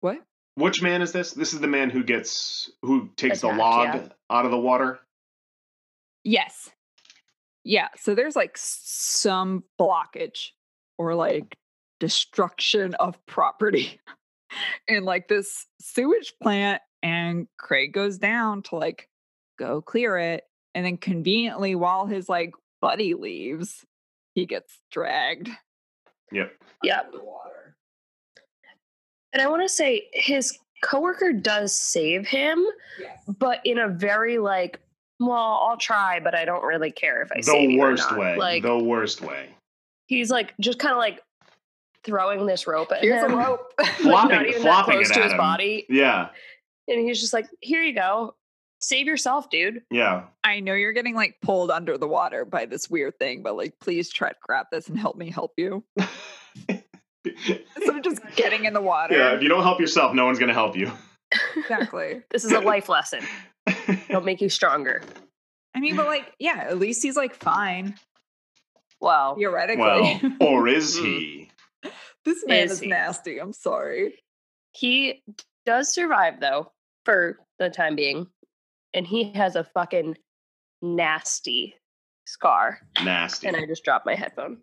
[SPEAKER 1] What?
[SPEAKER 3] Which man is this? This is the man who gets who takes the
[SPEAKER 2] Attacked,
[SPEAKER 3] log
[SPEAKER 2] yeah.
[SPEAKER 3] out of the water.
[SPEAKER 1] Yes. Yeah. So there's like some blockage or like destruction of property in like this sewage plant. And Craig goes down to like go clear it. And then conveniently, while his like buddy leaves, he gets dragged.
[SPEAKER 3] Yep.
[SPEAKER 2] Yep.
[SPEAKER 4] Water.
[SPEAKER 2] And I want to say his coworker does save him,
[SPEAKER 4] Yes.
[SPEAKER 2] but in a very like, well, I'll try, but I don't really care if I save
[SPEAKER 3] the
[SPEAKER 2] you or
[SPEAKER 3] worst
[SPEAKER 2] not."
[SPEAKER 3] way.
[SPEAKER 2] Like
[SPEAKER 3] the worst way.
[SPEAKER 2] he's like just kind of like throwing this rope at
[SPEAKER 4] Here's
[SPEAKER 2] him,
[SPEAKER 4] a rope.
[SPEAKER 2] like,
[SPEAKER 3] Flopping-
[SPEAKER 2] not even that
[SPEAKER 3] flopping
[SPEAKER 2] close
[SPEAKER 3] it
[SPEAKER 2] to
[SPEAKER 3] at
[SPEAKER 2] his
[SPEAKER 3] him.
[SPEAKER 2] body,
[SPEAKER 3] Yeah.
[SPEAKER 2] and he's just like, "Here you go, save yourself, dude."
[SPEAKER 3] Yeah.
[SPEAKER 1] I know you're getting like pulled under the water by this weird thing, but like, please try to grab this and help me help you. Instead of just getting in the water.
[SPEAKER 3] Yeah, if you don't help yourself, no one's gonna help you.
[SPEAKER 1] Exactly.
[SPEAKER 2] This is a life lesson. It'll make you stronger.
[SPEAKER 1] I mean, but like, yeah, at least he's like fine,
[SPEAKER 2] Well,
[SPEAKER 1] theoretically.
[SPEAKER 3] well, or is he?
[SPEAKER 1] this man
[SPEAKER 2] Is
[SPEAKER 1] is,
[SPEAKER 2] he?
[SPEAKER 1] nasty. I'm sorry.
[SPEAKER 2] he does survive though for the time being, and he has a fucking nasty scar.
[SPEAKER 3] Nasty.
[SPEAKER 2] And I just dropped my headphone.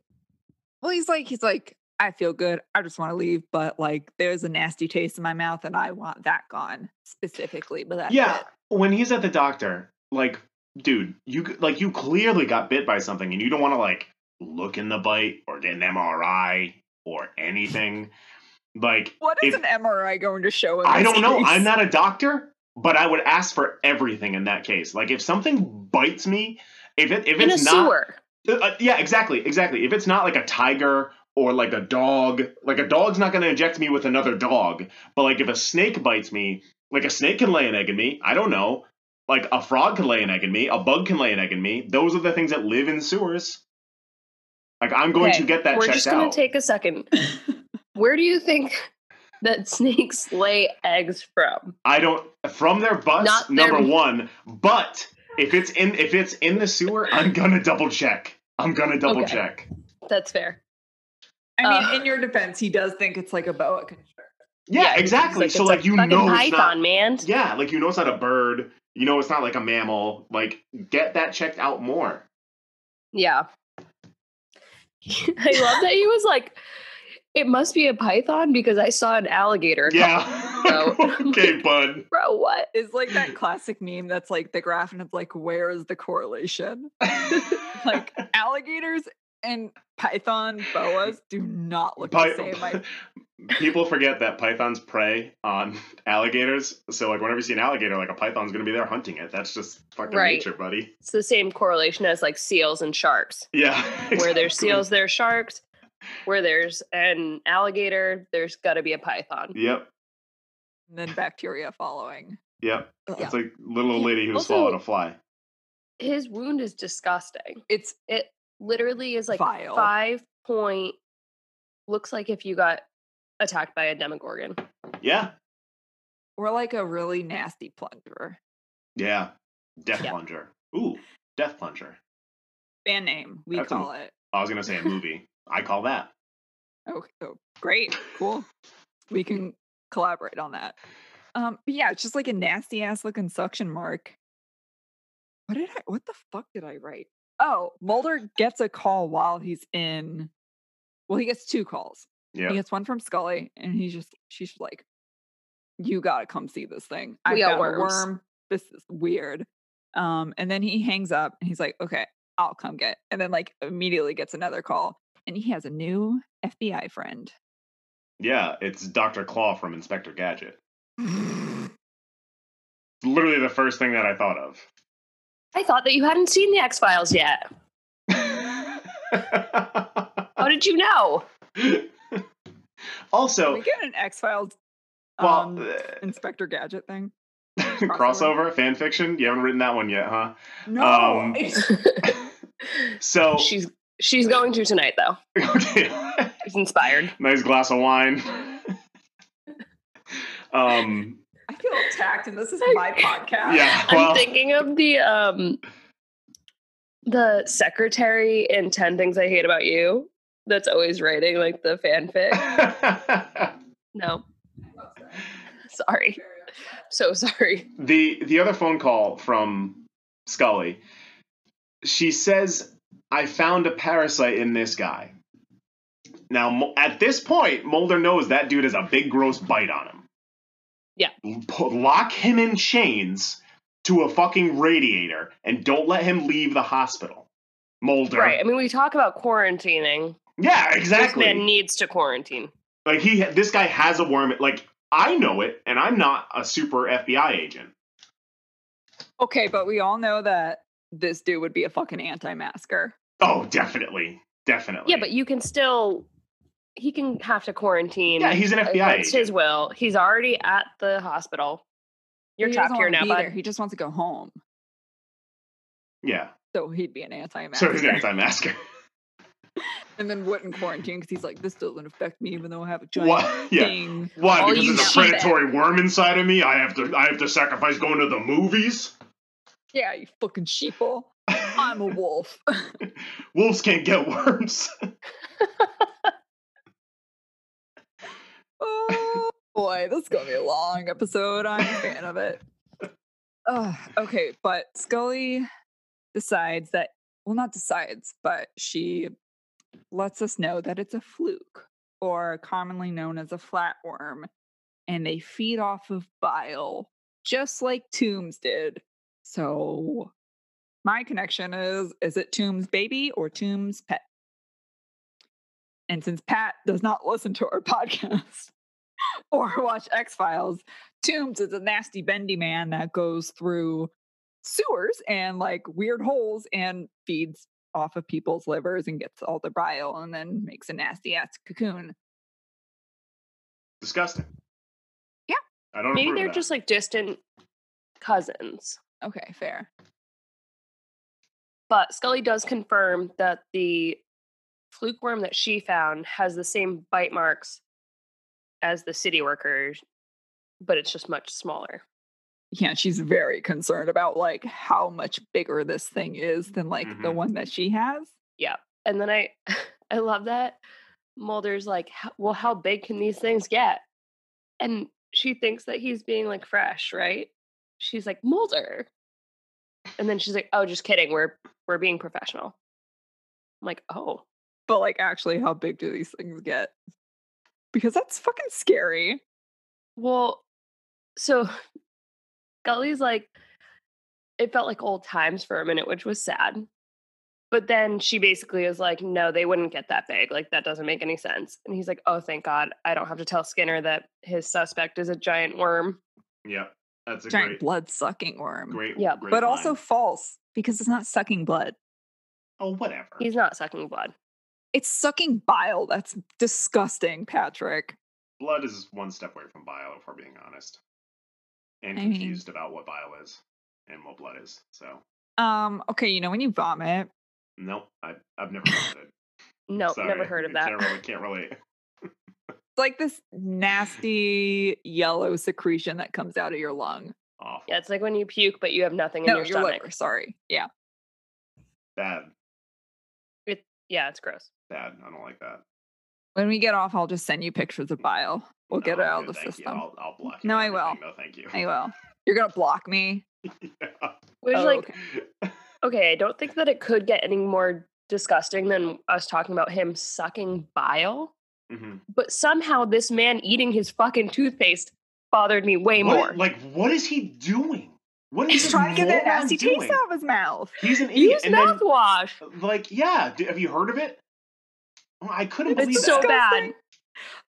[SPEAKER 1] Well, he's like, he's like, I feel good. I just want to leave, but like, there's a nasty taste in my mouth, and I want that gone specifically. But that's
[SPEAKER 3] yeah,
[SPEAKER 1] it.
[SPEAKER 3] when he's at the doctor, like, dude, you c- like you clearly got bit by something, and you don't want to like look in the bite or get an MRI or anything. Like,
[SPEAKER 1] What is
[SPEAKER 3] If-
[SPEAKER 1] an MRI going to show?
[SPEAKER 2] Oh,
[SPEAKER 1] In
[SPEAKER 3] I
[SPEAKER 1] this
[SPEAKER 3] don't know.
[SPEAKER 1] case?
[SPEAKER 3] I'm not a doctor, but I would ask for everything in that case. Like, if something bites me, if it if
[SPEAKER 2] In a
[SPEAKER 3] it's not
[SPEAKER 2] sewer.
[SPEAKER 3] Uh, yeah, exactly, exactly. If it's not like a tiger or like a dog, like a dog's not going to inject me with another dog. But like if a snake bites me, like a snake can lay an egg in me. I don't know. Like a frog can lay an egg in me. A bug can lay an egg in me. Those are the things that live in sewers. Like I'm going
[SPEAKER 2] Okay,
[SPEAKER 3] to get that
[SPEAKER 2] We're
[SPEAKER 3] checked
[SPEAKER 2] just gonna
[SPEAKER 3] out.
[SPEAKER 2] take a second. Where do you think that snakes lay eggs from?
[SPEAKER 3] I don't from their butts.
[SPEAKER 2] Not their-
[SPEAKER 3] number one, but if it's in if it's in the sewer, I'm gonna double check. I'm gonna double
[SPEAKER 2] Okay.
[SPEAKER 3] check.
[SPEAKER 2] That's fair.
[SPEAKER 1] I mean,
[SPEAKER 2] Ugh.
[SPEAKER 1] in your defense, he does think it's like a boa constrictor.
[SPEAKER 3] Yeah,
[SPEAKER 2] he's
[SPEAKER 3] exactly. so
[SPEAKER 2] it's
[SPEAKER 3] like
[SPEAKER 2] a
[SPEAKER 3] you
[SPEAKER 2] fucking
[SPEAKER 3] know
[SPEAKER 2] python,
[SPEAKER 3] it's not
[SPEAKER 2] man.
[SPEAKER 3] Yeah, like you know it's not a bird. You know it's not like a mammal. Like get that checked out more.
[SPEAKER 2] Yeah. I love that he was like, it must be a python because I saw an alligator. a couple
[SPEAKER 3] Yeah.
[SPEAKER 2] No.
[SPEAKER 3] okay, bud.
[SPEAKER 2] Bro, what?
[SPEAKER 1] It's like that classic meme that's like the graph and it's like, where is the correlation? Like alligators and python boas do not look
[SPEAKER 3] Pi-
[SPEAKER 1] the same. I
[SPEAKER 3] People forget that pythons prey on alligators. So like whenever you see an alligator, like a python's gonna be there hunting it. That's just fucking
[SPEAKER 2] Right.
[SPEAKER 3] nature, buddy.
[SPEAKER 2] It's the same correlation as like seals and sharks.
[SPEAKER 3] Yeah.
[SPEAKER 2] Where
[SPEAKER 3] exactly.
[SPEAKER 2] there's seals, there's sharks. Where there's an alligator, there's got to be a python.
[SPEAKER 3] Yep.
[SPEAKER 1] and then bacteria following.
[SPEAKER 3] Yep.
[SPEAKER 1] Ugh.
[SPEAKER 3] It's like little old lady who
[SPEAKER 2] Also-
[SPEAKER 3] swallowed a fly.
[SPEAKER 2] His wound is disgusting.
[SPEAKER 1] It's
[SPEAKER 2] It literally is like
[SPEAKER 1] Vile.
[SPEAKER 2] five point. Looks like if you got attacked by a demogorgon.
[SPEAKER 3] Yeah.
[SPEAKER 1] or like a really nasty plunger.
[SPEAKER 3] Yeah. Death
[SPEAKER 2] Yeah.
[SPEAKER 3] plunger. Ooh, death plunger.
[SPEAKER 1] Band name, we
[SPEAKER 3] That's a-
[SPEAKER 1] call it.
[SPEAKER 3] I was gonna say a movie. I call that.
[SPEAKER 1] Okay, so oh, great, cool. We can collaborate on that. Um, but yeah, it's just like a nasty ass looking suction mark. What did I? What the fuck did I write? Oh, Mulder gets a call while he's in. Well, he gets two calls.
[SPEAKER 3] Yeah.
[SPEAKER 1] He gets one from Scully, and he's just she's just like, "You gotta come see this thing. I
[SPEAKER 2] We
[SPEAKER 1] got
[SPEAKER 2] got
[SPEAKER 1] a
[SPEAKER 2] worms."
[SPEAKER 1] worm. This is weird." Um, and then he hangs up, and he's like, "Okay, I'll come get." And then like immediately gets another call, and he has a new FBI friend.
[SPEAKER 3] Yeah, it's Dr. Claw from Inspector Gadget.
[SPEAKER 2] Oh.
[SPEAKER 3] Literally the first thing that I thought
[SPEAKER 2] I thought that you hadn't seen the X Files yet.
[SPEAKER 3] of.
[SPEAKER 2] How did you know?
[SPEAKER 1] Can we
[SPEAKER 3] also,
[SPEAKER 1] get an X Files
[SPEAKER 3] well,
[SPEAKER 1] um,
[SPEAKER 2] uh,
[SPEAKER 1] Inspector Gadget thing?
[SPEAKER 3] uh, crossover fan fiction. You haven't written that one yet, huh?
[SPEAKER 1] No,
[SPEAKER 3] Um,
[SPEAKER 1] it's-
[SPEAKER 3] So
[SPEAKER 2] she's she's going to tonight though.
[SPEAKER 3] okay,
[SPEAKER 2] She's inspired.
[SPEAKER 3] nice glass of wine. um,
[SPEAKER 1] I feel attacked, and this is
[SPEAKER 2] I-
[SPEAKER 1] my podcast.
[SPEAKER 3] yeah, well,
[SPEAKER 2] I'm thinking of the um the secretary in Ten Things I Hate About You that's always writing like the fanfic. No, sorry. So sorry.
[SPEAKER 3] the the other phone call from Scully. She says, "I found a parasite in this guy." Now, Mo- at this point, Mulder knows that dude has a big, gross bite on him.
[SPEAKER 2] Yeah.
[SPEAKER 3] P- Lock him in chains to a fucking radiator and don't let him leave the hospital. Mulder.
[SPEAKER 2] Right. I mean, we talk about quarantining.
[SPEAKER 3] Yeah,
[SPEAKER 2] This man
[SPEAKER 3] exactly.
[SPEAKER 2] needs to quarantine.
[SPEAKER 3] Like he this guy has a worm like I know it and I'm not a super FBI agent.
[SPEAKER 1] Okay, but we all know that this dude would be a fucking anti-masker.
[SPEAKER 3] Oh, definitely. Definitely.
[SPEAKER 2] Yeah, but you can still. He can have to quarantine.
[SPEAKER 3] Yeah, he's an FBI
[SPEAKER 2] against
[SPEAKER 3] agent.
[SPEAKER 2] uh, his will. He's already at the hospital. You're
[SPEAKER 1] He doesn't
[SPEAKER 2] trapped here
[SPEAKER 1] wanna
[SPEAKER 2] now,
[SPEAKER 1] be
[SPEAKER 2] bud.
[SPEAKER 1] there. He just wants to go home.
[SPEAKER 3] yeah.
[SPEAKER 1] So he'd be an anti-masker.
[SPEAKER 3] So he's an anti-masker.
[SPEAKER 1] and then wouldn't quarantine because he's like, this doesn't affect me, even though I have a giant
[SPEAKER 3] Why? Yeah.
[SPEAKER 1] thing.
[SPEAKER 3] Why?
[SPEAKER 1] All
[SPEAKER 3] because
[SPEAKER 1] you
[SPEAKER 3] there's a
[SPEAKER 1] cheap
[SPEAKER 3] predatory worm inside of me. I have to. I have to sacrifice going to the movies.
[SPEAKER 1] Yeah, you fucking sheeple.
[SPEAKER 2] Um,
[SPEAKER 1] I'm a wolf.
[SPEAKER 3] Wolves can't get worms.
[SPEAKER 1] oh boy, this is gonna be a long episode. I'm a fan of it. Ugh, okay, but Scully decides that well, not decides, but she lets us know that it's a fluke, or commonly known as a flatworm, and they feed off of bile, just like tombs did. So my connection is is it Tomb's baby or Tomb's pet? And since Pat does not listen to our podcast or watch X Files, Toombs is a nasty, bendy man that goes through sewers and like weird holes and feeds off of people's livers and gets all the bile and then makes a nasty ass cocoon.
[SPEAKER 3] Disgusting.
[SPEAKER 1] Yeah.
[SPEAKER 3] I don't.
[SPEAKER 2] Maybe
[SPEAKER 3] approve of
[SPEAKER 2] they're
[SPEAKER 3] that.
[SPEAKER 2] just like distant cousins.
[SPEAKER 1] Okay, fair.
[SPEAKER 2] But Scully does confirm that the fluke worm that she found has the same bite marks as the city workers, but it's just much smaller.
[SPEAKER 1] Yeah, she's very concerned about like how much bigger this thing is than like the
[SPEAKER 3] Mhm.
[SPEAKER 1] one that she has.
[SPEAKER 2] And then I I love that Mulder's like, "How- "Well, how big can these things get?" And she thinks that he's being like fresh, right? She's like, "Mulder." And then she's like, "Oh, just kidding. We're we're being professional." I'm like, "Oh,
[SPEAKER 1] But like actually how big do these things get? Because that's fucking scary.
[SPEAKER 2] Well, so Gully's like, it felt like old times for a minute, which was sad. But then she basically is like, no, they wouldn't get that big. Like, that doesn't make any sense. And he's like, oh, thank God. I don't have to tell Skinner that his suspect is a giant worm.
[SPEAKER 3] Yeah, that's a
[SPEAKER 1] giant
[SPEAKER 3] great,
[SPEAKER 1] blood sucking worm.
[SPEAKER 3] great,
[SPEAKER 2] Yeah,
[SPEAKER 3] great
[SPEAKER 1] but also
[SPEAKER 3] line.
[SPEAKER 1] false because it's not sucking blood.
[SPEAKER 3] oh, whatever.
[SPEAKER 2] He's not sucking blood.
[SPEAKER 1] It's sucking bile. That's disgusting, Patrick.
[SPEAKER 3] Blood is one step away from bile, if we're being honest, and
[SPEAKER 1] I mean-
[SPEAKER 3] confused about what bile is and what blood is. So,
[SPEAKER 1] Um, okay, you know when you vomit,
[SPEAKER 3] no, I, I've never heard
[SPEAKER 2] No,
[SPEAKER 3] it. Sorry.
[SPEAKER 2] never heard of that.
[SPEAKER 3] Can't relate. Can't relate.
[SPEAKER 1] it's like this nasty yellow secretion that comes out of your lung.
[SPEAKER 3] Awful.
[SPEAKER 2] Yeah, it's like when you puke, but you have nothing in
[SPEAKER 1] No,
[SPEAKER 2] your
[SPEAKER 1] your,
[SPEAKER 2] stomach.
[SPEAKER 1] liver, sorry. Yeah.
[SPEAKER 3] Bad.
[SPEAKER 2] It- yeah, it's gross.
[SPEAKER 3] Bad. I don't like that.
[SPEAKER 1] When we get off, I'll just send you pictures of bile. We'll get
[SPEAKER 3] No,
[SPEAKER 1] it out
[SPEAKER 3] no,
[SPEAKER 1] of the
[SPEAKER 3] Oh, thank you.
[SPEAKER 1] system.
[SPEAKER 3] I'll, I'll block.
[SPEAKER 1] No,
[SPEAKER 3] you
[SPEAKER 1] I will.
[SPEAKER 3] everything, No, thank you.
[SPEAKER 1] I will. You're gonna block me.
[SPEAKER 2] Which,
[SPEAKER 1] Oh,
[SPEAKER 2] like,
[SPEAKER 1] okay.
[SPEAKER 2] Okay, I don't think that it could get any more disgusting than us talking about him sucking bile.
[SPEAKER 3] Mhm.
[SPEAKER 2] But somehow this man eating his fucking toothpaste bothered me way
[SPEAKER 3] What-
[SPEAKER 2] more.
[SPEAKER 3] Like, what is he doing? What is
[SPEAKER 1] He's trying to get that
[SPEAKER 3] moron
[SPEAKER 1] nasty
[SPEAKER 3] doing?
[SPEAKER 1] taste out of his mouth.
[SPEAKER 3] He's an idiot.
[SPEAKER 2] Use
[SPEAKER 3] and then,
[SPEAKER 2] mouthwash.
[SPEAKER 3] like, yeah, d- have you heard of it? Well, I couldn't
[SPEAKER 2] It's
[SPEAKER 3] believe
[SPEAKER 2] so
[SPEAKER 3] that.
[SPEAKER 2] bad.
[SPEAKER 1] disgusting.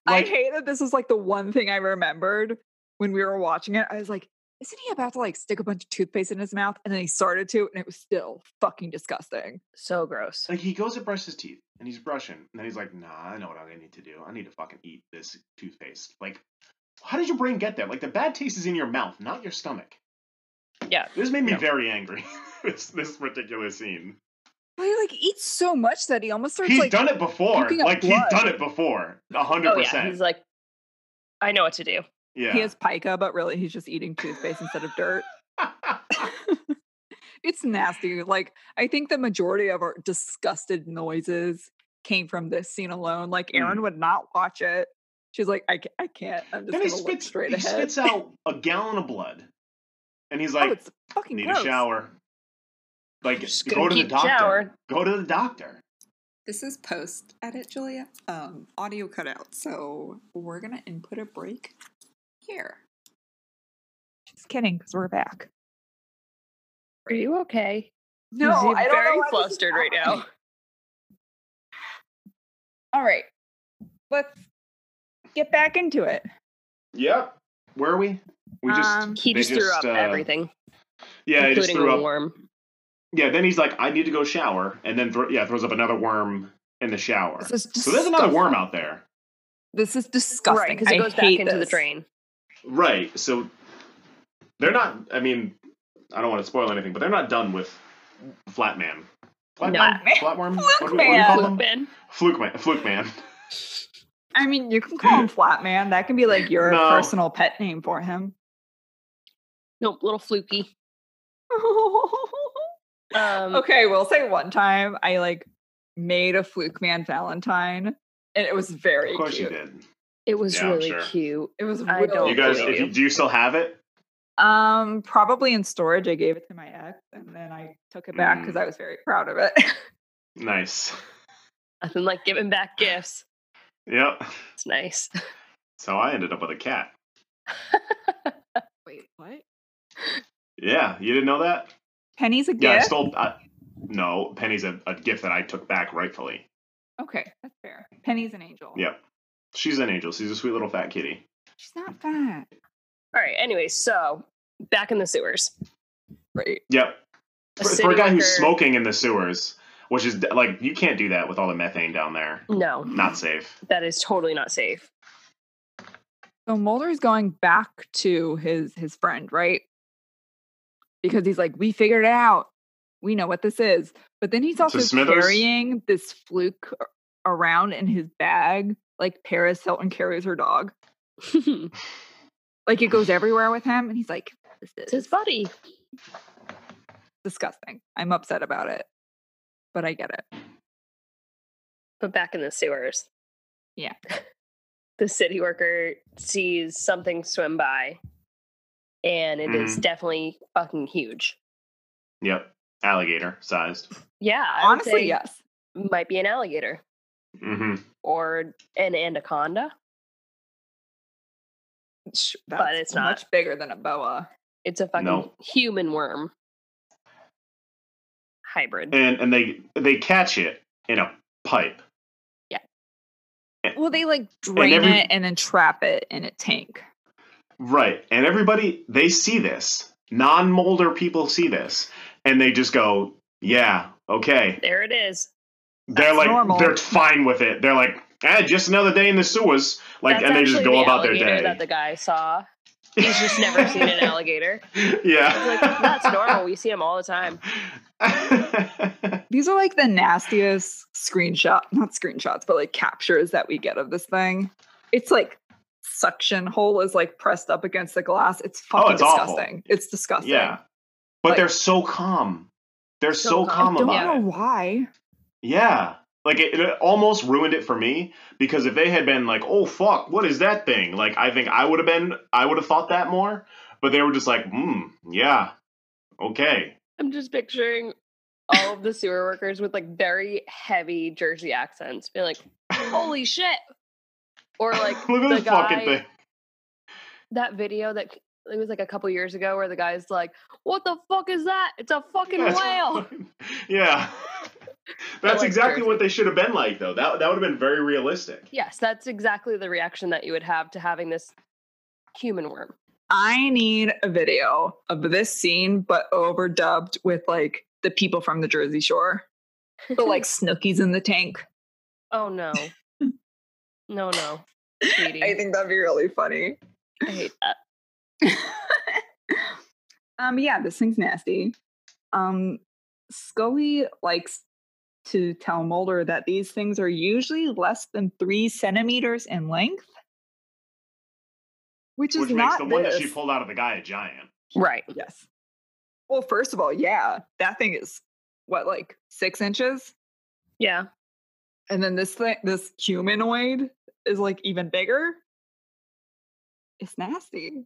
[SPEAKER 1] I
[SPEAKER 3] Like-
[SPEAKER 1] hate that this is like the one thing I remembered when we were watching it. I was like, isn't he about to like stick a bunch of toothpaste in his mouth? And then he started to, and it was still fucking disgusting.
[SPEAKER 2] So gross.
[SPEAKER 3] Like, he goes to brush his teeth and he's brushing, and then he's like, "Nah, I know what I need to do. I need to fucking eat this toothpaste." Like, how did your brain get there? Like, the bad taste is in your mouth, not your stomach.
[SPEAKER 2] Yeah.
[SPEAKER 3] This made me
[SPEAKER 2] No.
[SPEAKER 3] very angry. this this particular scene.
[SPEAKER 1] But he like eats so much that he almost starts
[SPEAKER 3] he's
[SPEAKER 1] like
[SPEAKER 3] done it before.
[SPEAKER 1] puking up
[SPEAKER 3] Like he's
[SPEAKER 1] blood.
[SPEAKER 3] done it before. A hundred
[SPEAKER 2] Oh yeah. He's
[SPEAKER 3] percent.
[SPEAKER 2] like, I know what to do.
[SPEAKER 3] Yeah.
[SPEAKER 1] he has pica, but really he's just eating toothpaste instead of dirt. It's nasty. Like I think the majority of our disgusted noises came from this scene alone. Like
[SPEAKER 3] Hmm.
[SPEAKER 1] Erin would not watch it. She's like, I, ca- I can't. I'm just
[SPEAKER 3] then
[SPEAKER 1] gonna
[SPEAKER 3] he
[SPEAKER 1] look
[SPEAKER 3] spits.
[SPEAKER 1] straight
[SPEAKER 3] he
[SPEAKER 1] ahead.
[SPEAKER 3] spits out a gallon of blood, and he's
[SPEAKER 1] oh,
[SPEAKER 3] like,
[SPEAKER 1] it's fucking
[SPEAKER 3] "Need
[SPEAKER 1] gross.
[SPEAKER 3] a shower." Like,
[SPEAKER 2] Just
[SPEAKER 3] go
[SPEAKER 2] gonna
[SPEAKER 3] to the
[SPEAKER 2] keep
[SPEAKER 3] doctor.
[SPEAKER 2] shower.
[SPEAKER 3] Go to the doctor.
[SPEAKER 1] This is post edit, Julia. Um, audio cut out, so we're gonna input a break here. Just kidding, because we're back.
[SPEAKER 2] Are you okay?
[SPEAKER 1] No,
[SPEAKER 4] You seem
[SPEAKER 1] I don't know
[SPEAKER 4] very
[SPEAKER 1] why this is
[SPEAKER 4] flustered right now.
[SPEAKER 1] happening. All right, let's get back into it.
[SPEAKER 3] Yep. Where are we? We just
[SPEAKER 1] Um,
[SPEAKER 2] He
[SPEAKER 3] They
[SPEAKER 2] just, threw
[SPEAKER 3] just,
[SPEAKER 2] up
[SPEAKER 3] uh,
[SPEAKER 2] everything,
[SPEAKER 3] yeah, he just
[SPEAKER 2] including
[SPEAKER 3] threw
[SPEAKER 2] the
[SPEAKER 3] up.
[SPEAKER 2] worm.
[SPEAKER 3] Yeah, then he's like, I need to go shower, and then thro- yeah, throws up another worm in the shower.
[SPEAKER 1] This is
[SPEAKER 3] So there's another worm
[SPEAKER 1] disgusting.
[SPEAKER 3] out there.
[SPEAKER 1] This is
[SPEAKER 2] Right,
[SPEAKER 1] disgusting
[SPEAKER 2] because it
[SPEAKER 1] I
[SPEAKER 2] goes back
[SPEAKER 1] hate
[SPEAKER 2] into the
[SPEAKER 1] this.
[SPEAKER 2] drain.
[SPEAKER 3] Right. So they're not. I mean, I don't want to spoil anything, but they're not done with Flat Man. Flat
[SPEAKER 2] No.
[SPEAKER 3] Man.
[SPEAKER 1] Flatman.
[SPEAKER 3] Flatworm. What, do we- what do we call
[SPEAKER 1] Flukeman.
[SPEAKER 3] them?
[SPEAKER 2] Ben,
[SPEAKER 3] Fluke Man. Fluke Man.
[SPEAKER 1] I mean, you can call him Flat Man. That can be like your
[SPEAKER 3] No.
[SPEAKER 1] personal pet name for him.
[SPEAKER 2] nope, little fluky. Um,
[SPEAKER 1] okay, we'll say one time I like made a Fluke Man Valentine, and it was very
[SPEAKER 3] Of course you
[SPEAKER 1] cute.
[SPEAKER 3] did.
[SPEAKER 2] It was
[SPEAKER 3] Yeah, I'm
[SPEAKER 2] really
[SPEAKER 3] sure.
[SPEAKER 2] cute.
[SPEAKER 1] It was
[SPEAKER 2] I
[SPEAKER 1] real
[SPEAKER 2] don't
[SPEAKER 3] You guys,
[SPEAKER 2] believe
[SPEAKER 3] if
[SPEAKER 2] you.
[SPEAKER 3] you, do you still have it?
[SPEAKER 1] Um, probably in storage. I gave it to my ex, and then I took it back because
[SPEAKER 3] Mm.
[SPEAKER 1] I was very proud of it.
[SPEAKER 3] Nice.
[SPEAKER 2] Nothing like giving back gifts.
[SPEAKER 3] Yep.
[SPEAKER 2] It's nice.
[SPEAKER 3] So I ended up with a cat.
[SPEAKER 4] Wait, what?
[SPEAKER 3] Yeah, you didn't know that?
[SPEAKER 1] Penny's a gift.
[SPEAKER 3] Yeah, I stole. I, no, Penny's a, a gift that I took back rightfully.
[SPEAKER 1] okay, that's fair. Penny's an angel.
[SPEAKER 3] Yep. She's an angel. She's a sweet little fat kitty.
[SPEAKER 1] she's not fat.
[SPEAKER 2] All right. Anyway, so back in the sewers.
[SPEAKER 1] Right.
[SPEAKER 3] Yep.
[SPEAKER 2] A
[SPEAKER 3] For, for
[SPEAKER 2] city
[SPEAKER 3] a guy who's
[SPEAKER 2] licker-
[SPEAKER 3] smoking in the sewers, which is like you can't do that with all the methane down there.
[SPEAKER 2] No,
[SPEAKER 3] Not safe.
[SPEAKER 2] that is totally not safe.
[SPEAKER 1] So Mulder's going back to his his friend, right? Because he's like, we figured it out. We know what this is. But then he's also
[SPEAKER 3] Smithers?
[SPEAKER 1] carrying this fluke a- around in his bag, like Paris Hilton carries her dog.
[SPEAKER 2] it's
[SPEAKER 1] Like it goes everywhere with him, and he's like, this is
[SPEAKER 2] his buddy.
[SPEAKER 1] disgusting. I'm upset about it, but I get it.
[SPEAKER 2] But back in the sewers.
[SPEAKER 1] Yeah.
[SPEAKER 2] The city worker sees something swim by, and it is
[SPEAKER 3] Mm.
[SPEAKER 2] definitely fucking huge.
[SPEAKER 3] Yep. Alligator sized.
[SPEAKER 2] Yeah. I would
[SPEAKER 1] Honestly,
[SPEAKER 2] say
[SPEAKER 1] yes.
[SPEAKER 2] Might be an alligator
[SPEAKER 3] Mm-hmm.
[SPEAKER 2] or an anaconda.
[SPEAKER 1] Sh- That's
[SPEAKER 2] but it's not.
[SPEAKER 1] much bigger than a boa.
[SPEAKER 2] It's a fucking
[SPEAKER 3] No.
[SPEAKER 2] human worm hybrid.
[SPEAKER 3] And and they they catch it in a pipe.
[SPEAKER 1] Well, they like drain
[SPEAKER 3] every-
[SPEAKER 1] it and then trap it in a tank.
[SPEAKER 3] Right. And everybody, they see this. Non molder people see this. And they just go, yeah, okay.
[SPEAKER 2] There it is.
[SPEAKER 3] They're
[SPEAKER 1] That's
[SPEAKER 3] like,
[SPEAKER 1] normal.
[SPEAKER 3] they're fine with it. They're like, eh, just another day in the sewers. Like,
[SPEAKER 2] That's
[SPEAKER 3] and they just
[SPEAKER 2] actually
[SPEAKER 3] go
[SPEAKER 2] the
[SPEAKER 3] about their
[SPEAKER 2] alligator
[SPEAKER 3] day.
[SPEAKER 2] That the guy saw. He's just never seen an alligator.
[SPEAKER 3] yeah.
[SPEAKER 2] He's like, that's normal. We see them all the time.
[SPEAKER 1] These are like the nastiest screenshot, not screenshots, but like captures that we get of this thing. It's like suction hole is like pressed up against the glass. It's fucking
[SPEAKER 3] Oh, it's awful.
[SPEAKER 1] disgusting. It's disgusting.
[SPEAKER 3] yeah. But
[SPEAKER 1] Like-
[SPEAKER 3] they're so calm. They're so,
[SPEAKER 2] So
[SPEAKER 1] I
[SPEAKER 3] calm,
[SPEAKER 1] don't
[SPEAKER 3] about
[SPEAKER 1] know
[SPEAKER 3] it.
[SPEAKER 1] why.
[SPEAKER 3] Yeah. Like it, it almost ruined it for me because if they had been like, "Oh fuck, what is that thing?" Like I think I would have been I would have thought that more, but they were just like, "Hmm, yeah. Okay."
[SPEAKER 2] I'm just picturing all of the sewer workers with like very heavy Jersey accents, being like, "Holy shit!" Or like
[SPEAKER 3] Look at
[SPEAKER 2] the
[SPEAKER 3] this
[SPEAKER 2] guy,
[SPEAKER 3] fucking thing.
[SPEAKER 2] that video that it was like a couple years ago where the guy's like, "What the fuck is that? It's a fucking
[SPEAKER 3] That's
[SPEAKER 2] whale."
[SPEAKER 3] fucking- yeah.
[SPEAKER 2] I
[SPEAKER 3] That's
[SPEAKER 2] like
[SPEAKER 3] exactly
[SPEAKER 2] Jersey.
[SPEAKER 3] what they should have been like though. That that would have been very realistic.
[SPEAKER 2] Yes, that's exactly the reaction that you would have to having this human worm.
[SPEAKER 1] I need a video of this scene, but overdubbed with like the people from the Jersey Shore. The like snookies in the tank.
[SPEAKER 2] Oh no. no, no. Sweetie.
[SPEAKER 1] I think that'd be really funny.
[SPEAKER 2] I hate that.
[SPEAKER 1] um yeah this thing's nasty um scully likes to tell mulder that these things are usually less than three centimeters in length which is
[SPEAKER 3] Which makes
[SPEAKER 1] not
[SPEAKER 3] the one that she
[SPEAKER 1] this.
[SPEAKER 3] pulled out of the guy a giant.
[SPEAKER 2] Right.
[SPEAKER 1] yes well first of all yeah that thing is what like six inches
[SPEAKER 2] Yeah.
[SPEAKER 1] and then this thing this humanoid is like even bigger it's nasty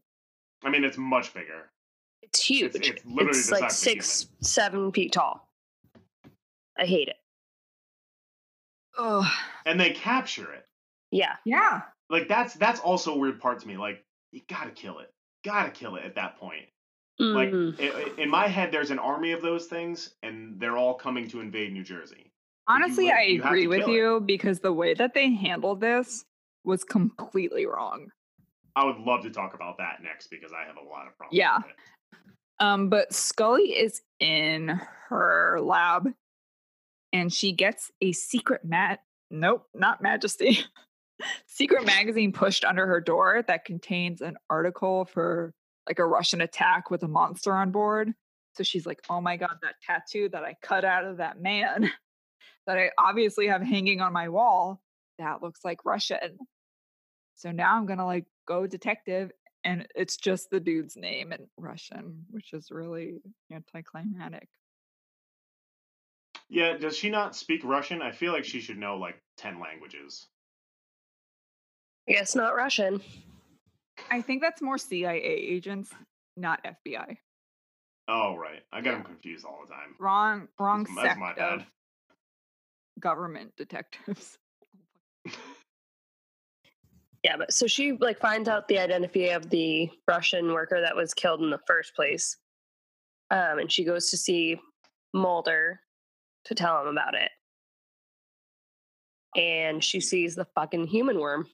[SPEAKER 3] I mean, it's much bigger.
[SPEAKER 2] It's huge.
[SPEAKER 3] It's-
[SPEAKER 2] It's,
[SPEAKER 3] it's literally the size
[SPEAKER 2] like
[SPEAKER 3] of a
[SPEAKER 2] six, seven feet tall. I hate it.
[SPEAKER 1] oh
[SPEAKER 3] And they capture it.
[SPEAKER 2] Yeah.
[SPEAKER 1] yeah
[SPEAKER 3] like that's that's also a weird part to me. Like you gotta kill it, gotta kill it at that point. Like
[SPEAKER 1] Hmm.
[SPEAKER 2] Mm.
[SPEAKER 3] i- i- in my head, there's an army of those things, and they're all coming to invade New Jersey.
[SPEAKER 1] Honestly,
[SPEAKER 3] like,
[SPEAKER 1] I
[SPEAKER 3] you have to
[SPEAKER 1] agree with
[SPEAKER 3] kill it.
[SPEAKER 1] you because the way that they handled this was completely wrong.
[SPEAKER 3] I would love to talk about that next because I have a lot of problems.
[SPEAKER 1] Yeah.
[SPEAKER 3] with it.
[SPEAKER 1] Um, but Scully is in her lab and she gets a secret mat nope, not majesty. secret magazine pushed under her door that contains an article for like a Russian attack with a monster on board. So she's like, "Oh my god, that tattoo that I cut out of that man that I obviously have hanging on my wall, that looks like Russian." So now I'm going to like go detective and it's just the dude's name in Russian, which is really anticlimactic.
[SPEAKER 3] Yeah, does she not speak Russian? I feel like she should know like 10 languages.
[SPEAKER 2] I guess not Russian.
[SPEAKER 1] I think that's more CIA agents, not FBI.
[SPEAKER 3] Oh, right. I get them confused all the time.
[SPEAKER 1] Wrong, wrong
[SPEAKER 3] That's- that's
[SPEAKER 1] sect
[SPEAKER 3] my
[SPEAKER 1] of
[SPEAKER 3] bad.
[SPEAKER 1] government detectives.
[SPEAKER 2] Yeah, but so she like finds out the identity of the Russian worker that was killed in the first place. Um, and she goes to see Mulder to tell him about it. And she sees the fucking human worm.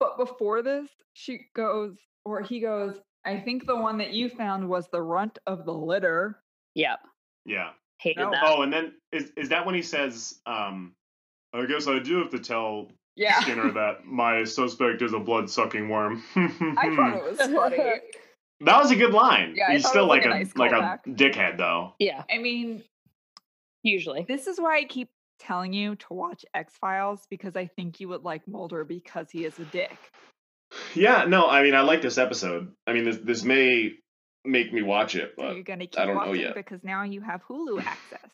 [SPEAKER 1] But before this, she goes, or he goes, I think the one that you found was the runt of the litter.
[SPEAKER 2] Yep.
[SPEAKER 3] Yeah.
[SPEAKER 2] Hated
[SPEAKER 1] No.
[SPEAKER 2] that.
[SPEAKER 3] Oh, and then is is that when he says um I guess I do have to tell
[SPEAKER 1] Yeah.
[SPEAKER 3] Skinner that my suspect is a blood-sucking worm.
[SPEAKER 1] I thought
[SPEAKER 3] Hmm.
[SPEAKER 1] it was funny.
[SPEAKER 3] that was a good line.
[SPEAKER 1] Yeah, I
[SPEAKER 3] He's
[SPEAKER 1] thought it
[SPEAKER 3] still
[SPEAKER 1] was, like,
[SPEAKER 3] like,
[SPEAKER 1] a
[SPEAKER 3] a,
[SPEAKER 1] nice
[SPEAKER 3] like a
[SPEAKER 1] callback.
[SPEAKER 3] dickhead though.
[SPEAKER 2] Yeah,
[SPEAKER 1] I mean,
[SPEAKER 2] usually.
[SPEAKER 1] This is why I keep telling you to watch X Files because I think you would like Mulder because he is a dick.
[SPEAKER 3] Yeah, no, I mean I like this episode. I mean this this may make me watch it,
[SPEAKER 1] So you're going to keep
[SPEAKER 3] don't know
[SPEAKER 1] watching
[SPEAKER 3] yet.
[SPEAKER 1] because now you have Hulu access.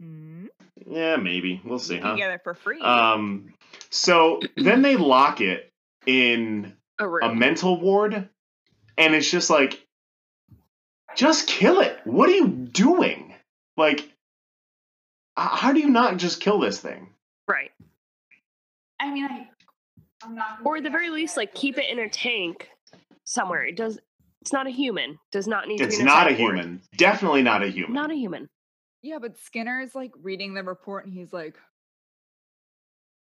[SPEAKER 1] hmm
[SPEAKER 3] yeah, maybe. We'll see,
[SPEAKER 1] you
[SPEAKER 3] huh?
[SPEAKER 1] can get it for free.
[SPEAKER 3] Um, so then they lock it in
[SPEAKER 2] A
[SPEAKER 3] a
[SPEAKER 2] room.
[SPEAKER 3] mental ward, and it's just like, just kill it. What are you doing? Like, h- how do you not just kill this thing?
[SPEAKER 2] right.
[SPEAKER 1] I mean, I, I'm not.
[SPEAKER 2] Or at the very least, like keep it in a tank somewhere. It does it's not a human. Does not need to be
[SPEAKER 3] It's
[SPEAKER 2] in
[SPEAKER 3] not a
[SPEAKER 2] psych ward.
[SPEAKER 3] human. Definitely not a human.
[SPEAKER 2] Not a human.
[SPEAKER 1] Yeah, but Skinner is like reading the report and he's like,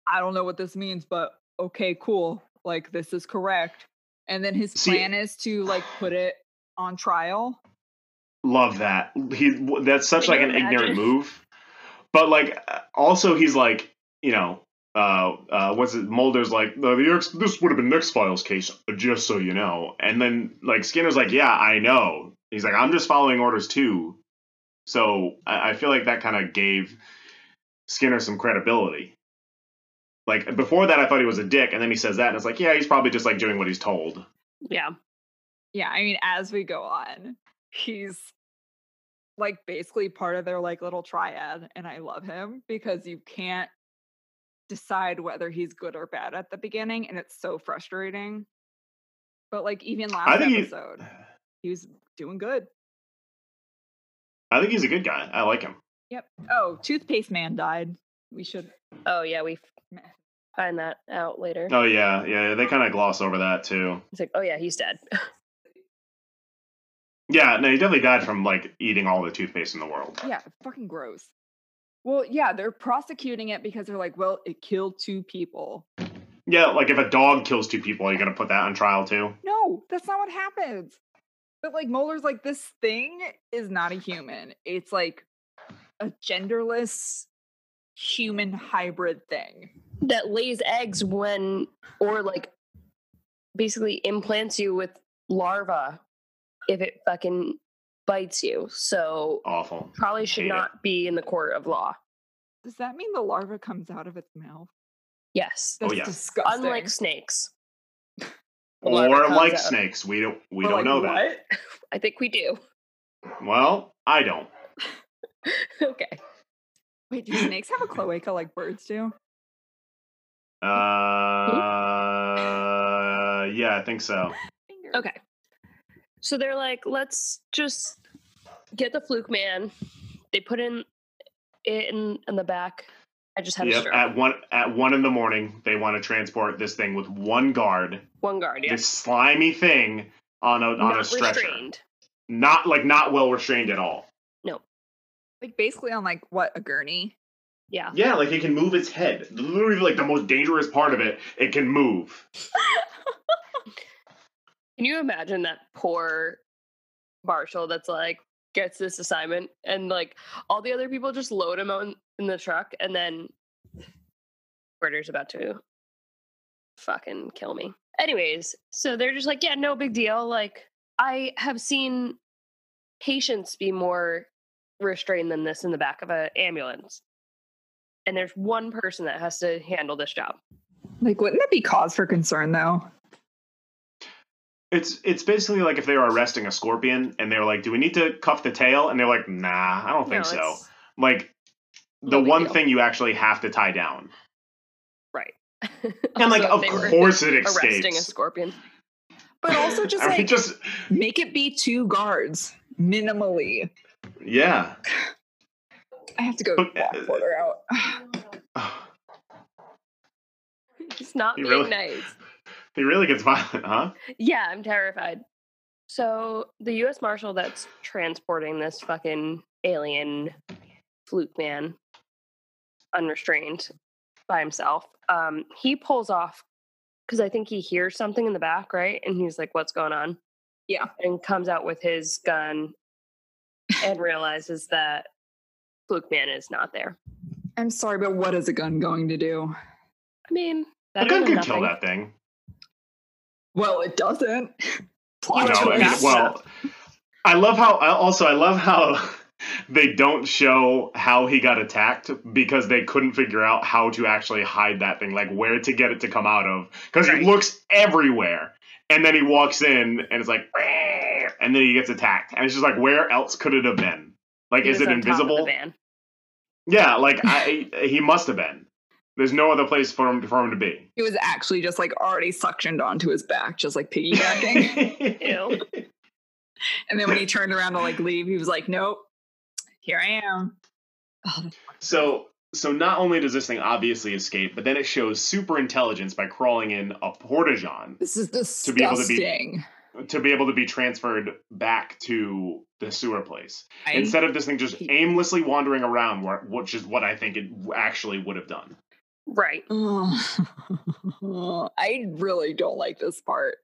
[SPEAKER 1] I don't know what this means, but okay, cool. Like, this is correct. And then his
[SPEAKER 3] See-
[SPEAKER 1] plan is to like put it on trial.
[SPEAKER 3] Love that. He w- that's such
[SPEAKER 2] Can
[SPEAKER 3] like
[SPEAKER 2] you
[SPEAKER 3] an ignorant
[SPEAKER 2] imagine?
[SPEAKER 3] move. But like, uh, also he's like, you know. Uh, uh, what's it? Mulder's like, "No, the X, this would have been X Files case, just so you know. And then, like, Skinner's like, yeah, I know. He's like, I'm just following orders too. So I, I feel like that kind of gave Skinner some credibility. Like, before that, I thought he was a dick. And then he says that, and it's like, yeah, he's probably just like doing what he's told.
[SPEAKER 2] Yeah.
[SPEAKER 1] yeah i mean as we go on he's like basically part of their like little triad and i love him because you can't decide whether he's good or bad at the beginning and it's so frustrating but like even last
[SPEAKER 3] think he-
[SPEAKER 1] episode he was doing good
[SPEAKER 3] I think he's a good guy. I like him.
[SPEAKER 1] yep oh toothpaste man died we should
[SPEAKER 2] Oh yeah, we
[SPEAKER 1] Meh.
[SPEAKER 2] find that out later.
[SPEAKER 3] Oh, yeah. Yeah. They kind of gloss over that, too.
[SPEAKER 2] It's like, oh yeah, he's dead.
[SPEAKER 3] Yeah, no, he definitely died from like eating all the toothpaste in the world.
[SPEAKER 1] yeah fucking gross well yeah they're prosecuting it because they're like well it killed two people
[SPEAKER 3] Yeah, like if a dog kills two people, are you gonna put that on trial too?
[SPEAKER 1] No, that's not what happens. But like Mulder's like, this thing is not a human. It's like a genderless human hybrid thing.
[SPEAKER 2] that lays eggs when or like basically implants you with larva if it fucking bites you. So
[SPEAKER 3] Awful.
[SPEAKER 2] probably should
[SPEAKER 3] Hate it.
[SPEAKER 2] not be in the court of law.
[SPEAKER 1] Does that mean the larva comes out of its mouth?
[SPEAKER 2] Yes.
[SPEAKER 3] Oh,
[SPEAKER 1] That's
[SPEAKER 3] yeah.
[SPEAKER 1] disgusting.
[SPEAKER 2] Unlike snakes. The larva
[SPEAKER 3] Or
[SPEAKER 2] comes
[SPEAKER 3] like
[SPEAKER 2] out.
[SPEAKER 3] snakes, we don't we
[SPEAKER 1] We're
[SPEAKER 3] don't
[SPEAKER 1] like,
[SPEAKER 3] know
[SPEAKER 1] "What?"
[SPEAKER 2] I think we do.
[SPEAKER 3] that. Well, I don't.
[SPEAKER 2] okay.
[SPEAKER 1] Wait, do snakes have a cloaca like birds do?
[SPEAKER 3] Uh,
[SPEAKER 2] Hmm?
[SPEAKER 3] yeah, I think so.
[SPEAKER 1] Fingers.
[SPEAKER 2] Okay. So they're like, let's just get the fluke man. They put in it in, in the back. I just had a
[SPEAKER 3] Yep.
[SPEAKER 2] stroke.
[SPEAKER 3] At one at one in the morning, they want to transport this thing with one guard,
[SPEAKER 2] One guard, yeah.
[SPEAKER 3] this slimy thing on a on a
[SPEAKER 2] not
[SPEAKER 3] stretcher.
[SPEAKER 2] restrained.
[SPEAKER 3] Not like not well restrained at all.
[SPEAKER 1] Like basically on like what a gurney.
[SPEAKER 2] Yeah.
[SPEAKER 3] Yeah, like it can move its head. Literally, like the most dangerous part of it, it can move.
[SPEAKER 2] Can you imagine that poor Marshall that's like gets this assignment and like all the other people just load him out in, in the truck and then Murder's about to fucking kill me. Anyways, so they're just like, yeah, no big deal. Like I have seen patients be more restrained than this in the back of an ambulance. And there's one person that has to handle this job.
[SPEAKER 1] Like wouldn't that be cause for concern though?
[SPEAKER 3] It's it's basically like if they were arresting a scorpion and they're like, "Do we need to cuff the tail?" And they're like, "Nah, I don't think
[SPEAKER 2] No,
[SPEAKER 3] so."
[SPEAKER 2] it's-
[SPEAKER 3] Like the
[SPEAKER 2] No big
[SPEAKER 3] one
[SPEAKER 2] deal.
[SPEAKER 3] thing you actually have to tie down,
[SPEAKER 2] Right.
[SPEAKER 3] and like
[SPEAKER 2] Also,
[SPEAKER 3] of
[SPEAKER 2] if they were
[SPEAKER 3] course it
[SPEAKER 2] arresting a
[SPEAKER 3] escapes.
[SPEAKER 2] scorpion.
[SPEAKER 1] But also just
[SPEAKER 3] I mean,
[SPEAKER 1] like
[SPEAKER 3] just
[SPEAKER 1] make it be two guards minimally.
[SPEAKER 3] yeah.
[SPEAKER 1] I have to go
[SPEAKER 3] But- uh,
[SPEAKER 1] walk Porter out.
[SPEAKER 2] It's not
[SPEAKER 3] You
[SPEAKER 2] being
[SPEAKER 3] really-
[SPEAKER 2] nice.
[SPEAKER 3] He really gets violent, huh?
[SPEAKER 2] Yeah, I'm terrified. So the U.S. Marshal that's transporting this fucking alien fluke man, unrestrained by himself, um, he pulls off because I think he hears something in the back, right? And he's like, "What's going on?"
[SPEAKER 1] Yeah.
[SPEAKER 2] and comes out with his gun and realizes that fluke man is not there.
[SPEAKER 1] I'm sorry, but what is a gun going to do?
[SPEAKER 2] I mean,
[SPEAKER 3] A
[SPEAKER 2] better
[SPEAKER 3] gun
[SPEAKER 2] than
[SPEAKER 3] could kill
[SPEAKER 2] nothing.
[SPEAKER 3] that thing.
[SPEAKER 1] Well, it doesn't.
[SPEAKER 2] You
[SPEAKER 1] Plot
[SPEAKER 2] know,
[SPEAKER 3] No,
[SPEAKER 1] twist.
[SPEAKER 3] I mean,
[SPEAKER 2] fast
[SPEAKER 3] well, I love how. I also, I love how they don't show how he got attacked because they couldn't figure out how to actually hide that thing, like where to get it to come out of. Because
[SPEAKER 2] Right.
[SPEAKER 3] he looks everywhere, and then he walks in, and it's like, "Rah!" and then he gets attacked, and it's just like, where else could it have been? Like,
[SPEAKER 2] He
[SPEAKER 3] is
[SPEAKER 2] was
[SPEAKER 3] it
[SPEAKER 2] on top of the
[SPEAKER 3] invisible?
[SPEAKER 2] van.
[SPEAKER 3] Yeah, like I, he must have been. There's no other place for him for him to be.
[SPEAKER 1] It was actually just like already suctioned onto his back, just like piggybacking.
[SPEAKER 2] Ew.
[SPEAKER 1] and then when he turned around to like leave, he was like, "Nope, here I am." Oh,
[SPEAKER 3] So so not only does this thing obviously escape, but then it shows super intelligence by crawling in a portageon
[SPEAKER 1] this is
[SPEAKER 3] To be able to be-
[SPEAKER 1] disgusting.
[SPEAKER 3] to be able to be transferred back to the sewer place
[SPEAKER 1] I-
[SPEAKER 3] instead of this thing just
[SPEAKER 1] He-
[SPEAKER 3] aimlessly wandering around, where, which is what I think it actually would have done.
[SPEAKER 2] Right.
[SPEAKER 1] Ugh. I really don't like this part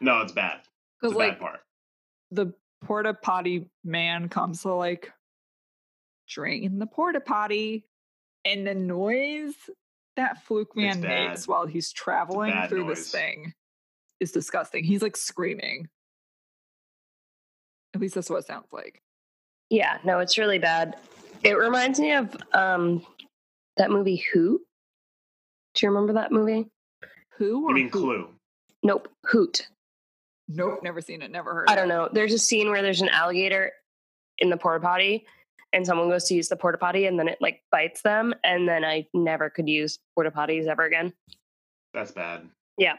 [SPEAKER 3] No, it's bad. It's
[SPEAKER 1] because
[SPEAKER 3] a
[SPEAKER 1] like
[SPEAKER 3] bad part.
[SPEAKER 1] the porta potty man comes to like drain the porta potty, and the noise that fluke man
[SPEAKER 3] bad.
[SPEAKER 1] makes while he's traveling
[SPEAKER 3] bad
[SPEAKER 1] through this
[SPEAKER 3] noise.
[SPEAKER 1] thing is disgusting. He's like screaming. At least that's what it sounds like.
[SPEAKER 2] Yeah, no, it's really bad. It reminds me of um that movie Who. Do you remember that movie?
[SPEAKER 1] Who? Or
[SPEAKER 3] You mean
[SPEAKER 1] who?
[SPEAKER 3] Clue?
[SPEAKER 2] Nope, Hoot.
[SPEAKER 1] Nope, never seen it, never heard.
[SPEAKER 2] I don't know. There's a scene where there's an alligator in the porta potty and someone goes to use the porta potty and then it like bites them and then I never could use porta potties ever again.
[SPEAKER 3] That's bad.
[SPEAKER 1] I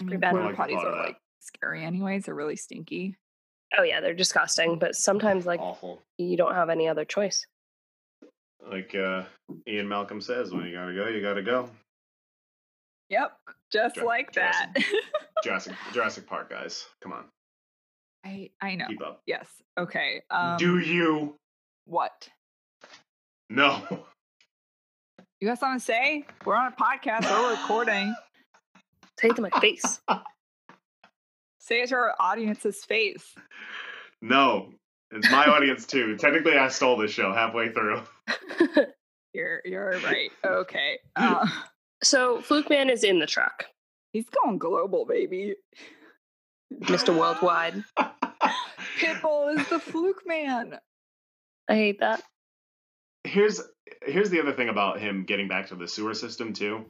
[SPEAKER 2] pretty
[SPEAKER 1] mean,
[SPEAKER 2] bad.
[SPEAKER 1] porta
[SPEAKER 3] Like the
[SPEAKER 1] potties
[SPEAKER 3] thought of
[SPEAKER 1] are
[SPEAKER 3] that.
[SPEAKER 1] like scary, anyways. They're really stinky.
[SPEAKER 2] Oh yeah, they're disgusting, but sometimes like
[SPEAKER 3] Awful.
[SPEAKER 2] you don't have any other choice.
[SPEAKER 3] Like uh, Ian Malcolm says, when you gotta go, you gotta go.
[SPEAKER 1] Yep, just
[SPEAKER 3] Dra-
[SPEAKER 1] like that.
[SPEAKER 3] Jurassic. Jurassic Jurassic Park, guys, come on,
[SPEAKER 1] I I know.
[SPEAKER 3] keep up.
[SPEAKER 1] Yes. Okay. Um,
[SPEAKER 3] Do you?
[SPEAKER 1] what?
[SPEAKER 3] No.
[SPEAKER 1] You got something to say? We're on a podcast. We're recording.
[SPEAKER 2] Say it to my face.
[SPEAKER 1] Say it to our audience's face.
[SPEAKER 3] No. It's my audience too. Technically, I stole this show halfway through.
[SPEAKER 1] You're you're right. Okay. Uh,
[SPEAKER 2] so Fluke Man is in the truck.
[SPEAKER 1] he's going global, baby.
[SPEAKER 2] Mr. Worldwide.
[SPEAKER 1] Pitbull is the fluke man.
[SPEAKER 2] I hate that.
[SPEAKER 3] Here's here's the other thing about him getting back to the sewer system too.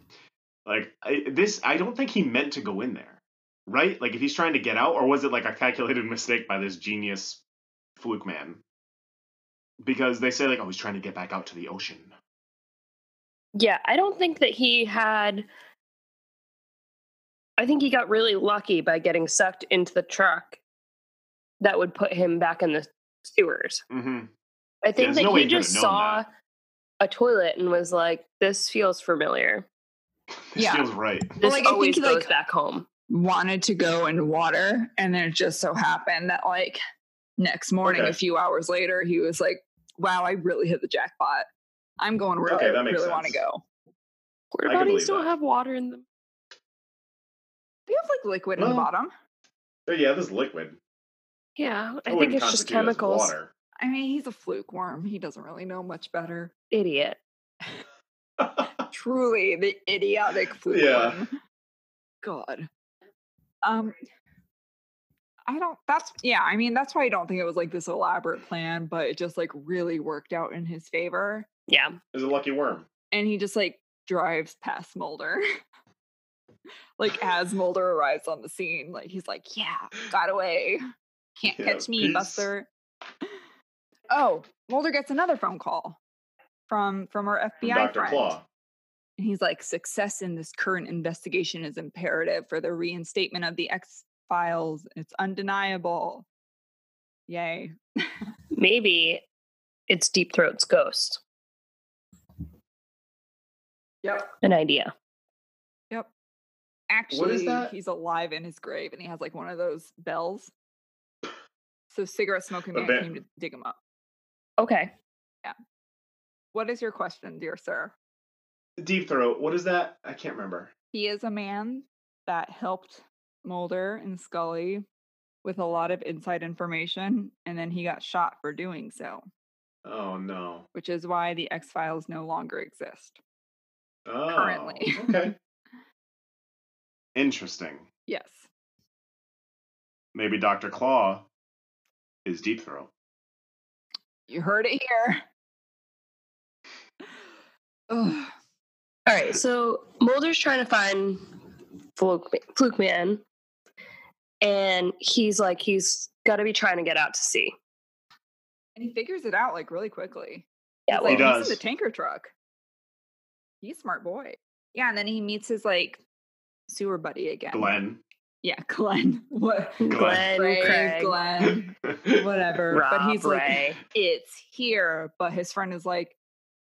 [SPEAKER 3] Like I, this, I don't think he meant to go in there, right? Like if he's trying to get out, or was it like a calculated mistake by this genius fluke man? Because they say like, oh, he's trying to get back out to the ocean.
[SPEAKER 2] Yeah, I don't think that he had. I think he got really lucky by getting sucked into the truck that would put him back in the sewers.
[SPEAKER 3] Mm-hmm.
[SPEAKER 2] I think
[SPEAKER 3] there's
[SPEAKER 2] that
[SPEAKER 3] no way
[SPEAKER 2] he
[SPEAKER 3] he could've
[SPEAKER 2] just
[SPEAKER 3] known
[SPEAKER 2] saw a toilet and was like, this feels familiar.
[SPEAKER 3] This
[SPEAKER 1] Yeah.
[SPEAKER 3] feels right.
[SPEAKER 2] This
[SPEAKER 1] like, I think
[SPEAKER 2] always
[SPEAKER 1] he,
[SPEAKER 2] goes
[SPEAKER 1] like-
[SPEAKER 2] back home.
[SPEAKER 1] wanted to go in water. And then it just so happened that, like, next morning,
[SPEAKER 3] Okay.
[SPEAKER 1] a few hours later, he was like, wow, I really hit the jackpot. I'm going where
[SPEAKER 3] Okay,
[SPEAKER 1] I
[SPEAKER 3] that makes
[SPEAKER 1] really want to
[SPEAKER 3] sense.
[SPEAKER 1] go.
[SPEAKER 3] I
[SPEAKER 2] Water
[SPEAKER 3] can
[SPEAKER 2] bodies
[SPEAKER 3] believe
[SPEAKER 2] don't
[SPEAKER 3] that.
[SPEAKER 2] have water in them.
[SPEAKER 1] We have like liquid in the
[SPEAKER 3] Well-
[SPEAKER 1] bottom.
[SPEAKER 3] But yeah, this is liquid.
[SPEAKER 2] Yeah, I think
[SPEAKER 3] wouldn't
[SPEAKER 2] it's just
[SPEAKER 3] constitute as
[SPEAKER 2] chemicals.
[SPEAKER 3] Water.
[SPEAKER 1] I mean, he's a fluke worm. He doesn't really know much better.
[SPEAKER 2] Idiot.
[SPEAKER 1] Truly, the idiotic fluke
[SPEAKER 3] Yeah.
[SPEAKER 1] worm. God. Um, I don't. That's yeah. I mean, that's why I don't think it was like this elaborate plan, but it just like really worked out in his favor,
[SPEAKER 2] Yeah.
[SPEAKER 3] It's a lucky worm.
[SPEAKER 1] and he just like drives past Mulder. like as Mulder arrives on the scene, like he's like, "Yeah, got away. Can't
[SPEAKER 3] Yeah,
[SPEAKER 1] catch me,
[SPEAKER 3] peace.
[SPEAKER 1] Buster." Oh, Mulder gets another phone call from from her
[SPEAKER 3] from
[SPEAKER 1] FBI
[SPEAKER 3] Dr.
[SPEAKER 1] friend.
[SPEAKER 3] Claw.
[SPEAKER 1] And he's like, success in this current investigation is imperative for the reinstatement of the X Files. It's undeniable. Yay.
[SPEAKER 2] Maybe it's Deep Throat's ghost.
[SPEAKER 4] Yep.
[SPEAKER 2] An idea.
[SPEAKER 1] Yep. Actually,
[SPEAKER 3] that?
[SPEAKER 1] he's alive in his grave and he has like one of those bells. So, cigarette smoking
[SPEAKER 3] A
[SPEAKER 1] man
[SPEAKER 3] bit.
[SPEAKER 1] came to dig him up.
[SPEAKER 2] Okay.
[SPEAKER 1] What is your question, dear sir?
[SPEAKER 3] Deep Throat. What is that? I can't remember.
[SPEAKER 1] He is a man that helped Mulder and Scully with a lot of inside information, and then he got shot for doing so,
[SPEAKER 3] Oh, no.
[SPEAKER 1] which is why the X Files no longer exist.
[SPEAKER 3] Oh,
[SPEAKER 1] Currently.
[SPEAKER 3] okay. Interesting.
[SPEAKER 1] Yes.
[SPEAKER 3] Maybe Dr. Claw is Deep Throat.
[SPEAKER 1] You heard it here. Ugh.
[SPEAKER 2] All right. So Mulder's trying to find Fluke, Fluke Man, and he's like, he's got to be trying to get out to sea.
[SPEAKER 1] And he figures it out like really quickly.
[SPEAKER 2] Yeah.
[SPEAKER 1] He's
[SPEAKER 2] Well,
[SPEAKER 1] like,
[SPEAKER 3] He does.
[SPEAKER 1] He's in the tanker truck. He's a smart boy. Yeah, and then he meets his like sewer buddy again.
[SPEAKER 3] Glenn.
[SPEAKER 1] Yeah, Glenn. What?
[SPEAKER 2] Glenn,
[SPEAKER 1] Ray,
[SPEAKER 2] Craig,
[SPEAKER 1] Glenn, whatever.
[SPEAKER 2] Rob,
[SPEAKER 1] but he's like,
[SPEAKER 2] Ray.
[SPEAKER 1] it's here. But his friend is like,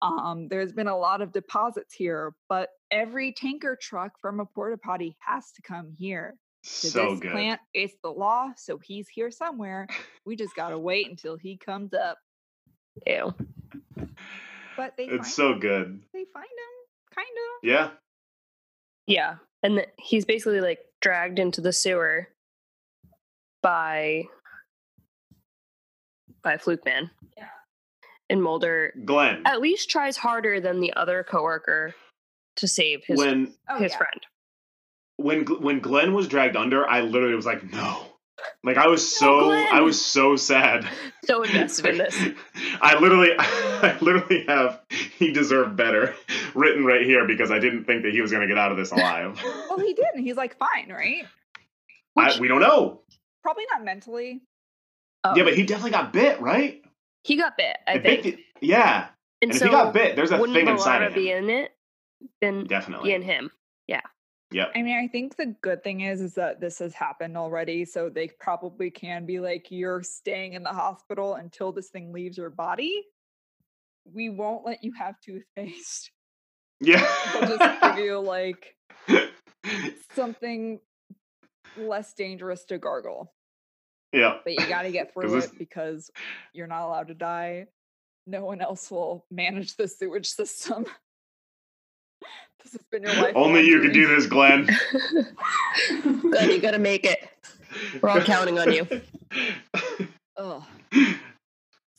[SPEAKER 1] um, there's been a lot of deposits here, but every tanker truck from a porta potty has to come here. to
[SPEAKER 3] so
[SPEAKER 1] this
[SPEAKER 3] good.
[SPEAKER 1] plant. It's the law, so he's here somewhere. We just gotta wait until he comes up.
[SPEAKER 2] Ew.
[SPEAKER 1] But they find
[SPEAKER 3] it's so good.
[SPEAKER 1] They find him, kind of.
[SPEAKER 3] Yeah.
[SPEAKER 2] Yeah. And th- he's basically like dragged into the sewer by by Fluke Man.
[SPEAKER 1] Yeah.
[SPEAKER 2] And Mulder
[SPEAKER 3] Glenn.
[SPEAKER 1] Oh,
[SPEAKER 2] at least tries harder than the other coworker to save his
[SPEAKER 3] when
[SPEAKER 1] Oh,
[SPEAKER 2] his friend.
[SPEAKER 3] when Gl- when Glenn was dragged under, I literally was like, no. Like I was so I
[SPEAKER 2] Glenn.
[SPEAKER 3] was so sad.
[SPEAKER 2] So invested in this.
[SPEAKER 3] I literally, I literally have he deserved better written right here because I didn't think that he was going to get out of this alive.
[SPEAKER 1] Well, he did, and he's like, fine, right?
[SPEAKER 3] I, we don't know.
[SPEAKER 1] Probably not mentally.
[SPEAKER 2] Oh.
[SPEAKER 3] Yeah, but he definitely got bit, right?
[SPEAKER 2] he got bit, I
[SPEAKER 3] It bit
[SPEAKER 2] think.
[SPEAKER 3] the- yeah,
[SPEAKER 2] And,
[SPEAKER 3] and
[SPEAKER 2] so
[SPEAKER 3] if he got bit, there's a
[SPEAKER 2] wouldn't
[SPEAKER 3] thing inside
[SPEAKER 2] Moana
[SPEAKER 3] of him.
[SPEAKER 2] be in it? Been
[SPEAKER 3] definitely.
[SPEAKER 2] be in him.
[SPEAKER 3] Yep.
[SPEAKER 1] I mean, I think the good thing is is that this has happened already, so they probably can be like, you're staying in the hospital until this thing leaves your body. We won't let you have toothpaste. We'll just give
[SPEAKER 3] Yeah.
[SPEAKER 1] you like something less dangerous to gargle.
[SPEAKER 3] yeah.
[SPEAKER 1] but you got to get through
[SPEAKER 3] this-
[SPEAKER 1] it because you're not allowed to die. No one else will manage the sewage system. this has been your life.
[SPEAKER 3] Only you can do this, Glenn.
[SPEAKER 2] Glenn, you gotta make it. We're all counting on you.
[SPEAKER 1] Ugh.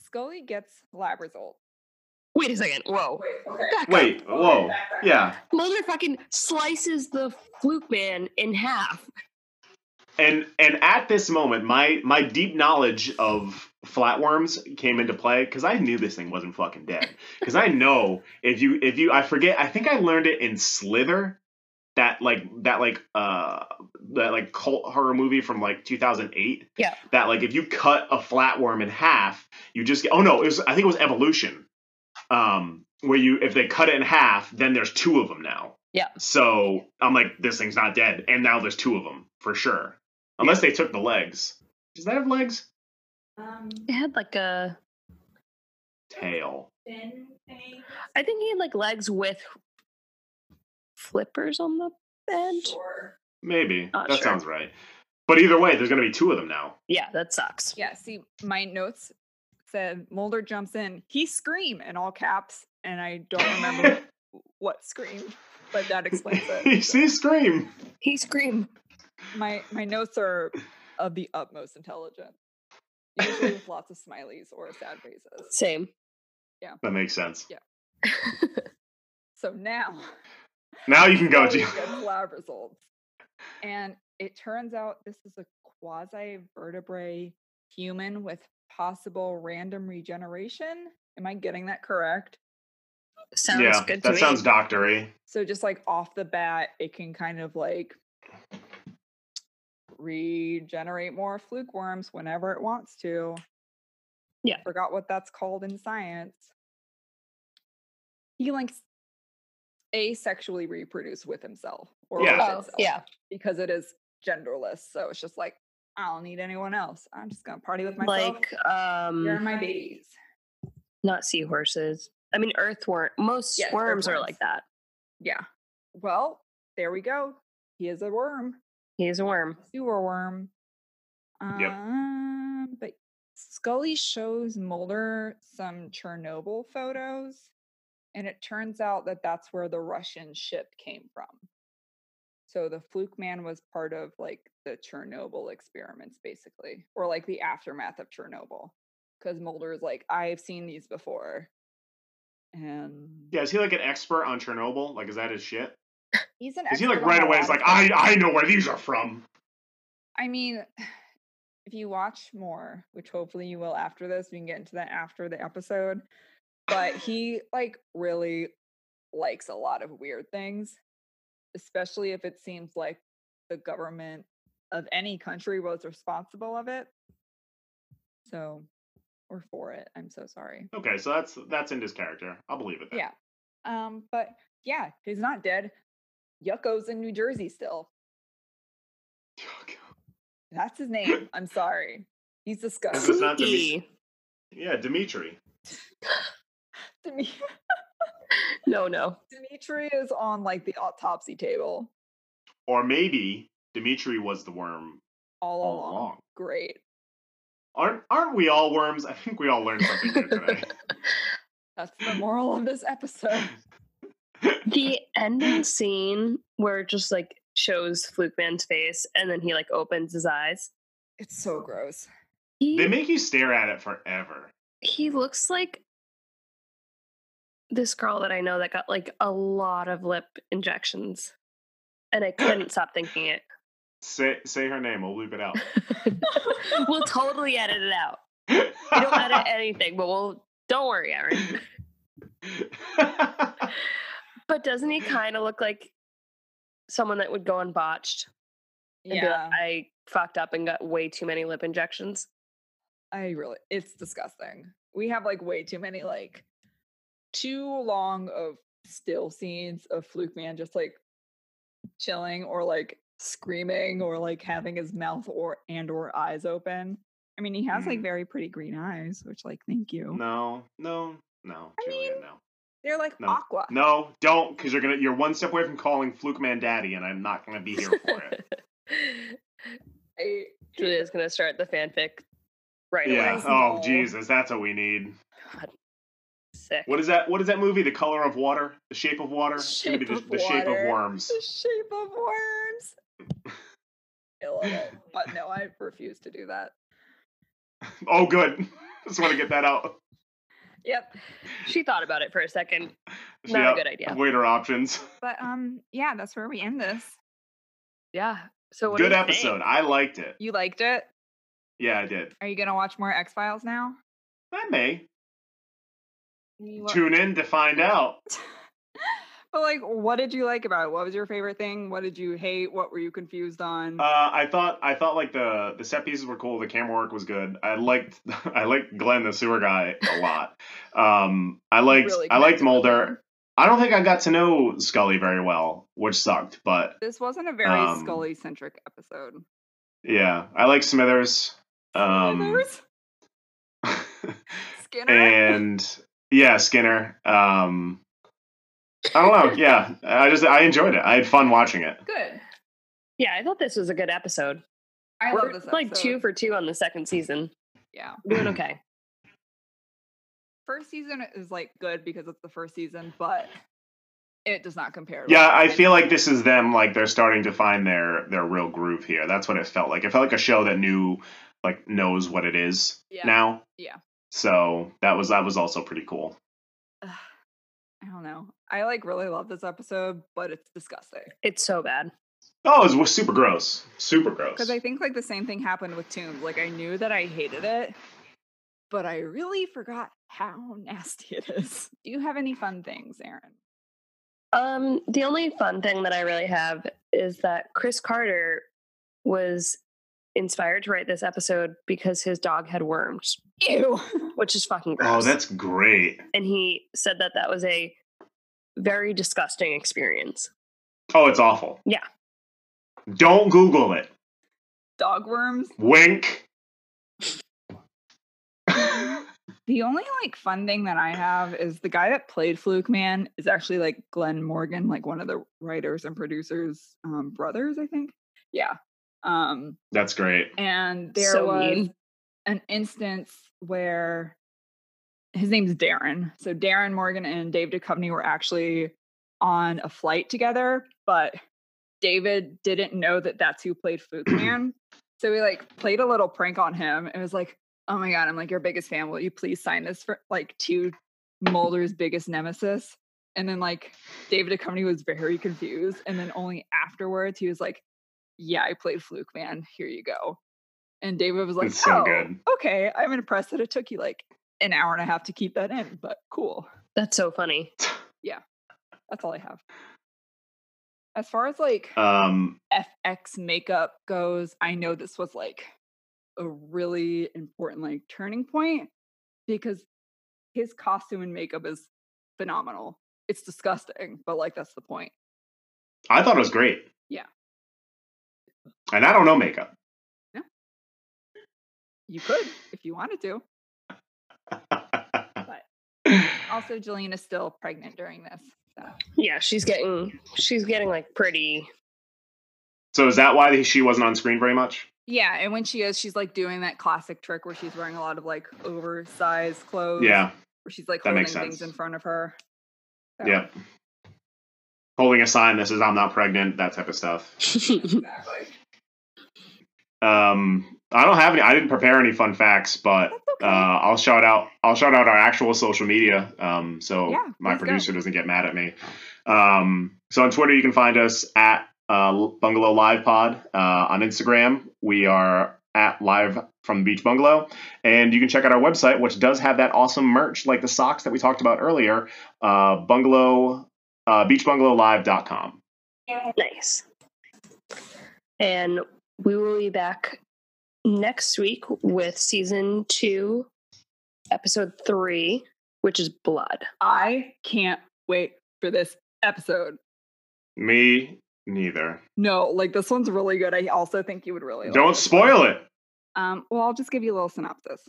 [SPEAKER 1] Scully gets lab results.
[SPEAKER 2] Wait a second. Whoa.
[SPEAKER 4] okay.
[SPEAKER 2] Back up.
[SPEAKER 3] Wait. Whoa. Yeah.
[SPEAKER 2] Mulder fucking slices the fluke man in half.
[SPEAKER 3] And and at this moment, my my deep knowledge of flatworms came into play because I knew this thing wasn't fucking dead. Because I know if you if you I forget I think I learned it in Slither, that like that like uh that like cult horror movie from like 2008.
[SPEAKER 2] Yeah.
[SPEAKER 3] That like if you cut a flatworm in half, you just get, oh no it was I think it was Evolution, um where you if they cut it in half, then there's two of them now.
[SPEAKER 2] Yeah.
[SPEAKER 3] So I'm like this thing's not dead, and now there's two of them for sure. Unless they took the legs. Does that have legs?
[SPEAKER 4] Um,
[SPEAKER 2] It had like a.
[SPEAKER 3] Tail.
[SPEAKER 2] I think he had like legs with flippers on the end.
[SPEAKER 3] Maybe.
[SPEAKER 2] Not
[SPEAKER 3] that
[SPEAKER 2] sure.
[SPEAKER 3] sounds right. But either way, there's going to be two of them now.
[SPEAKER 2] Yeah, that sucks.
[SPEAKER 1] Yeah, see, my notes said Mulder jumps in. He scream in all caps, and I don't remember what screamed, but that explains
[SPEAKER 3] you
[SPEAKER 1] it.
[SPEAKER 3] see Scream.
[SPEAKER 2] He screamed.
[SPEAKER 1] My my notes are of the utmost intelligence, usually with lots of smileys or sad faces.
[SPEAKER 2] Same.
[SPEAKER 3] That makes sense.
[SPEAKER 1] Yeah. So now
[SPEAKER 3] Now Oh, you can go,
[SPEAKER 1] we
[SPEAKER 3] Gio.
[SPEAKER 1] get lab results, and it turns out this is a quasi vertebrae human with possible random regeneration. Am I getting that correct?
[SPEAKER 2] Sounds
[SPEAKER 3] yeah,
[SPEAKER 2] good to
[SPEAKER 3] that
[SPEAKER 2] me.
[SPEAKER 3] sounds doctory.
[SPEAKER 1] So just like off the bat, it can kind of like regenerate more fluke worms whenever it wants to.
[SPEAKER 2] Yeah.
[SPEAKER 1] Forgot what that's called in science. He links asexually reproduce with himself or with
[SPEAKER 3] Yeah.
[SPEAKER 2] Oh,
[SPEAKER 1] itself
[SPEAKER 2] yeah.
[SPEAKER 1] because it is genderless. So it's just like, I don't need anyone else. I'm just gonna party with myself.
[SPEAKER 2] Like um
[SPEAKER 1] You're my babies.
[SPEAKER 2] not seahorses. I mean earthworm most
[SPEAKER 1] Yes,
[SPEAKER 2] worms are
[SPEAKER 1] earthworms.
[SPEAKER 2] like that.
[SPEAKER 1] Yeah. Well, there we go. He is a worm.
[SPEAKER 2] He is a worm.
[SPEAKER 1] sewer worm.
[SPEAKER 3] Yep.
[SPEAKER 1] Um, but Scully shows Mulder some Chernobyl photos, and it turns out that that's where the Russian ship came from. So the fluke man was part of like the Chernobyl experiments, basically, or like the aftermath of Chernobyl, because Mulder is like, I've seen these before, and
[SPEAKER 3] Yeah, is he like an expert on Chernobyl? Like, is that his shit?
[SPEAKER 1] he's an.
[SPEAKER 3] Is he like
[SPEAKER 1] expert on
[SPEAKER 3] right
[SPEAKER 1] a
[SPEAKER 3] away?
[SPEAKER 1] lot
[SPEAKER 3] It's
[SPEAKER 1] of
[SPEAKER 3] like I
[SPEAKER 1] things.
[SPEAKER 3] I know where these are from.
[SPEAKER 1] I mean, if you watch more, which hopefully you will after this, we can get into that after the episode. But he like really likes a lot of weird things, especially if it seems like the government of any country was responsible of it. So, or for it. I'm so sorry.
[SPEAKER 3] Okay, so that's that's in his character. I'll believe it. Then.
[SPEAKER 1] Yeah. Um, but yeah, he's not dead. Yucco's in New Jersey still.
[SPEAKER 3] Oh,
[SPEAKER 1] That's his name. I'm sorry. He's
[SPEAKER 3] Is this
[SPEAKER 1] disgusting.
[SPEAKER 3] not Dimitri?
[SPEAKER 2] Sneaky.
[SPEAKER 3] Yeah, Dimitri.
[SPEAKER 1] to me.
[SPEAKER 2] No, no.
[SPEAKER 1] Dimitri is on like the autopsy table
[SPEAKER 3] Or maybe Dimitri was the worm
[SPEAKER 1] all
[SPEAKER 3] all
[SPEAKER 1] along.
[SPEAKER 3] along.
[SPEAKER 1] Great.
[SPEAKER 3] Aren't aren't we all worms? I think we all learned something new today.
[SPEAKER 1] That's the moral of this episode.
[SPEAKER 2] The ending scene where it just like shows Fluke Man's face and then he like opens his eyes.
[SPEAKER 1] It's so gross.
[SPEAKER 2] He
[SPEAKER 3] they make you stare at it forever.
[SPEAKER 2] he looks like this girl that I know that got like a lot of lip injections. And I couldn't stop thinking it.
[SPEAKER 3] Say say her name. We'll leave it out.
[SPEAKER 2] we'll totally edit it out.
[SPEAKER 3] you
[SPEAKER 2] We don't edit anything, but we'll don't worry, Aaron. But doesn't he kind of look like someone that would go on botched? And be
[SPEAKER 1] Yeah,
[SPEAKER 2] like, I fucked up and got way too many lip injections.
[SPEAKER 1] I really, it's disgusting. We have like way too many, like, too long of still scenes of Fluke Man just like chilling or like screaming or like having his mouth or and or eyes open. I mean, he has like
[SPEAKER 3] Mm.
[SPEAKER 1] very pretty green eyes, which like, thank you.
[SPEAKER 3] no, no, no,
[SPEAKER 1] I
[SPEAKER 3] Julia,
[SPEAKER 1] mean-
[SPEAKER 3] no.
[SPEAKER 1] They're like
[SPEAKER 3] No.
[SPEAKER 1] aqua.
[SPEAKER 3] No, don't, because you're gonna you're one step away from calling Fluke Man Daddy, and I'm not gonna be here for it.
[SPEAKER 1] I-
[SPEAKER 2] Julia's gonna start the fanfic right
[SPEAKER 3] yeah.
[SPEAKER 2] away.
[SPEAKER 3] Oh
[SPEAKER 1] No.
[SPEAKER 3] Jesus, that's what we need.
[SPEAKER 2] God. Sick.
[SPEAKER 3] What is that? What is that movie? The Color of Water, The Shape of Water. It's gonna be
[SPEAKER 1] Shape
[SPEAKER 3] the,
[SPEAKER 1] of
[SPEAKER 3] the Shape of
[SPEAKER 1] Water.
[SPEAKER 3] Worms.
[SPEAKER 1] the shape of worms. I love it. But no, I refuse to do that.
[SPEAKER 3] Oh, good. Just want to get that out.
[SPEAKER 1] Yep.
[SPEAKER 2] She thought about it for a second. Not
[SPEAKER 3] Yeah,
[SPEAKER 2] a good idea.
[SPEAKER 3] Waiter options.
[SPEAKER 1] But um, yeah, that's where we end this.
[SPEAKER 2] Yeah. So what do
[SPEAKER 3] good
[SPEAKER 2] you think?
[SPEAKER 3] episode. I liked it.
[SPEAKER 1] You liked it?
[SPEAKER 3] Yeah, I did.
[SPEAKER 1] Are you gonna watch more X Files now?
[SPEAKER 3] I may
[SPEAKER 1] You
[SPEAKER 3] tune in to find out.
[SPEAKER 1] but like, what did you like about it? What was your favorite thing? What did you hate? What were you confused on?
[SPEAKER 3] Uh, I thought I thought like the the set pieces were cool. The camera work was good. I liked I liked Glenn the sewer guy a lot. Um, I liked
[SPEAKER 1] really
[SPEAKER 3] I liked
[SPEAKER 1] connected with
[SPEAKER 3] Mulder.
[SPEAKER 1] him.
[SPEAKER 3] I don't think I got to know Scully very well, which sucked. But
[SPEAKER 1] This wasn't a very
[SPEAKER 3] Um,
[SPEAKER 1] Scully centric episode.
[SPEAKER 3] yeah, I like Smithers. Um,
[SPEAKER 1] Smithers? Skinner.
[SPEAKER 3] and yeah, Skinner. Um, I don't know. Yeah, I just I enjoyed it. I had fun watching it.
[SPEAKER 1] Good.
[SPEAKER 2] Yeah, I thought this was a good episode.
[SPEAKER 1] I love
[SPEAKER 2] We're
[SPEAKER 1] this.
[SPEAKER 2] like
[SPEAKER 1] episode.
[SPEAKER 2] two for two on the second season.
[SPEAKER 1] Yeah.
[SPEAKER 2] Doing okay.
[SPEAKER 1] First season is like good because it's the first season, but it does not compare. to
[SPEAKER 3] Yeah,
[SPEAKER 1] what
[SPEAKER 3] I
[SPEAKER 1] happened.
[SPEAKER 3] feel like this is them like they're starting to find their their real groove here. That's what it felt like. It felt like a show that knew like knows what it is
[SPEAKER 1] Yeah.
[SPEAKER 3] now.
[SPEAKER 1] Yeah.
[SPEAKER 3] So that was that was also pretty cool.
[SPEAKER 1] Ugh. I don't know. I like really love this episode, but it's disgusting.
[SPEAKER 2] It's so bad.
[SPEAKER 3] Oh, it was super gross. Super gross.
[SPEAKER 1] Because I think like the same thing happened with Tombs. Like I knew that I hated it, but I really forgot how nasty it is. Do you have any fun things, Aaron?
[SPEAKER 2] Um, the only fun thing that I really have is that Chris Carter was inspired to write this episode because his dog had worms,
[SPEAKER 1] Ew.
[SPEAKER 2] which is fucking
[SPEAKER 3] Oh,
[SPEAKER 2] gross.
[SPEAKER 3] that's great.
[SPEAKER 2] and he said that that was a very disgusting experience.
[SPEAKER 3] Oh, it's awful.
[SPEAKER 2] Yeah.
[SPEAKER 3] Don't Google it.
[SPEAKER 1] Dog worms.
[SPEAKER 3] Wink.
[SPEAKER 1] The only like fun thing that I have is the guy that played Fluke Man is actually like Glenn Morgan, like one of the writers and producers um, brothers, I think. Yeah. Um,
[SPEAKER 3] That's great.
[SPEAKER 1] and there
[SPEAKER 2] So
[SPEAKER 1] was
[SPEAKER 2] mean.
[SPEAKER 1] an instance where his name's Darren. So Darren Morgan and Dave Duchovny were actually on a flight together, but David didn't know that that's who played Fook Man. So we like played a little prank on him. It was like, oh my god, I'm like your biggest fan. Will you please sign this for like to Mulder's biggest nemesis? And then like David Duchovny was very confused, and then only afterwards he was like, yeah, I played Fluke Man. Here you go. And David was like,
[SPEAKER 3] It's so
[SPEAKER 1] "Oh,
[SPEAKER 3] good.
[SPEAKER 1] okay, I'm impressed that it took you like an hour and a half to keep that in, but cool.
[SPEAKER 2] That's so funny.
[SPEAKER 1] That's all I have. As far as like
[SPEAKER 3] Um
[SPEAKER 1] FX makeup goes, I know this was like a really important like turning point because his costume and makeup is phenomenal. It's disgusting, but like that's the point.
[SPEAKER 3] I thought it was great.
[SPEAKER 1] Yeah.
[SPEAKER 3] And I don't know makeup.
[SPEAKER 1] You could if you wanted to. Also, Jillian is still pregnant during this. So.
[SPEAKER 2] Yeah, she's getting she's getting like pretty
[SPEAKER 3] so is that why she wasn't on screen very much?
[SPEAKER 1] Yeah, and when she is, she's like doing that classic trick where she's wearing a lot of like oversized clothes.
[SPEAKER 3] Yeah.
[SPEAKER 1] where she's like
[SPEAKER 3] that
[SPEAKER 1] holding
[SPEAKER 3] makes
[SPEAKER 1] things
[SPEAKER 3] sense.
[SPEAKER 1] in front of her. So,
[SPEAKER 3] Yeah. Holding a sign that says "I'm not pregnant," that type of stuff.
[SPEAKER 1] exactly.
[SPEAKER 3] Um, I don't have any. I didn't prepare any fun facts, but
[SPEAKER 1] That's
[SPEAKER 3] uh,
[SPEAKER 1] okay.
[SPEAKER 3] I'll shout out. I'll shout out our actual social media, um, so
[SPEAKER 1] Yeah,
[SPEAKER 3] my
[SPEAKER 1] please go.
[SPEAKER 3] producer doesn't get mad at me. Um, so on Twitter, you can find us at uh, Bungalow Live Pod. Uh, on Instagram, we are at Live from the Beach Bungalow, and you can check out our website, which does have that awesome merch, like the socks that we talked about earlier. Uh, bungalow, uh, beachbungalowlive.com.
[SPEAKER 2] nice. And we will be back next week with season two, episode three, which is blood.
[SPEAKER 1] I can't wait for this episode.
[SPEAKER 3] Me neither.
[SPEAKER 1] No, like this one's really good. I also think you would really like
[SPEAKER 3] Don't
[SPEAKER 1] this one.
[SPEAKER 3] spoil it.
[SPEAKER 1] Um, well, I'll just give you a little synopsis.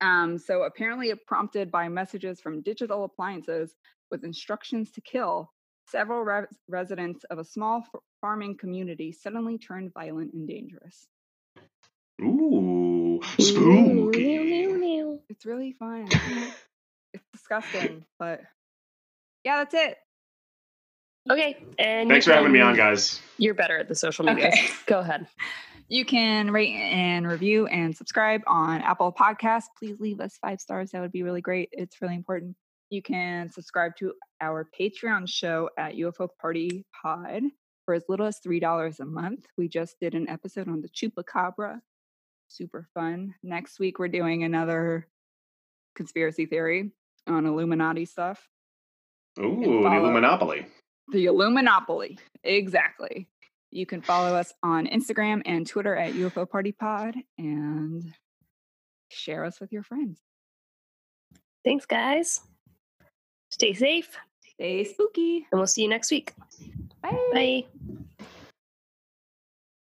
[SPEAKER 1] Um, so, apparently, prompted by messages from digital appliances with instructions to kill, several re- residents of a small f- farming community suddenly turned violent and dangerous.
[SPEAKER 3] Ooh,
[SPEAKER 2] Meow, meow,
[SPEAKER 3] spooky.
[SPEAKER 2] meow.
[SPEAKER 1] It's really fun. it's disgusting, but yeah, that's it.
[SPEAKER 2] Okay. And
[SPEAKER 3] Thanks
[SPEAKER 2] you
[SPEAKER 3] for having me
[SPEAKER 2] can-
[SPEAKER 3] on, guys.
[SPEAKER 2] You're better at the social media.
[SPEAKER 1] Okay.
[SPEAKER 2] Go ahead.
[SPEAKER 1] You can rate and review and subscribe on Apple Podcasts. Please leave us five stars. That would be really great. It's really important. You can subscribe to our Patreon show at UFO Party Pod for as little as $3 a month. We just did an episode on the Chupacabra. Super fun. Next week, we're doing another conspiracy theory on Illuminati stuff.
[SPEAKER 3] Ooh, the
[SPEAKER 1] follow.
[SPEAKER 3] Illuminopoli.
[SPEAKER 1] The Illuminopoli. Exactly. You can follow us on Instagram and Twitter at UFO Party Pod and share us with your friends.
[SPEAKER 2] Thanks, guys. Stay safe,
[SPEAKER 1] Stay spooky.
[SPEAKER 2] and we'll see you next week.
[SPEAKER 1] Bye.
[SPEAKER 2] Bye.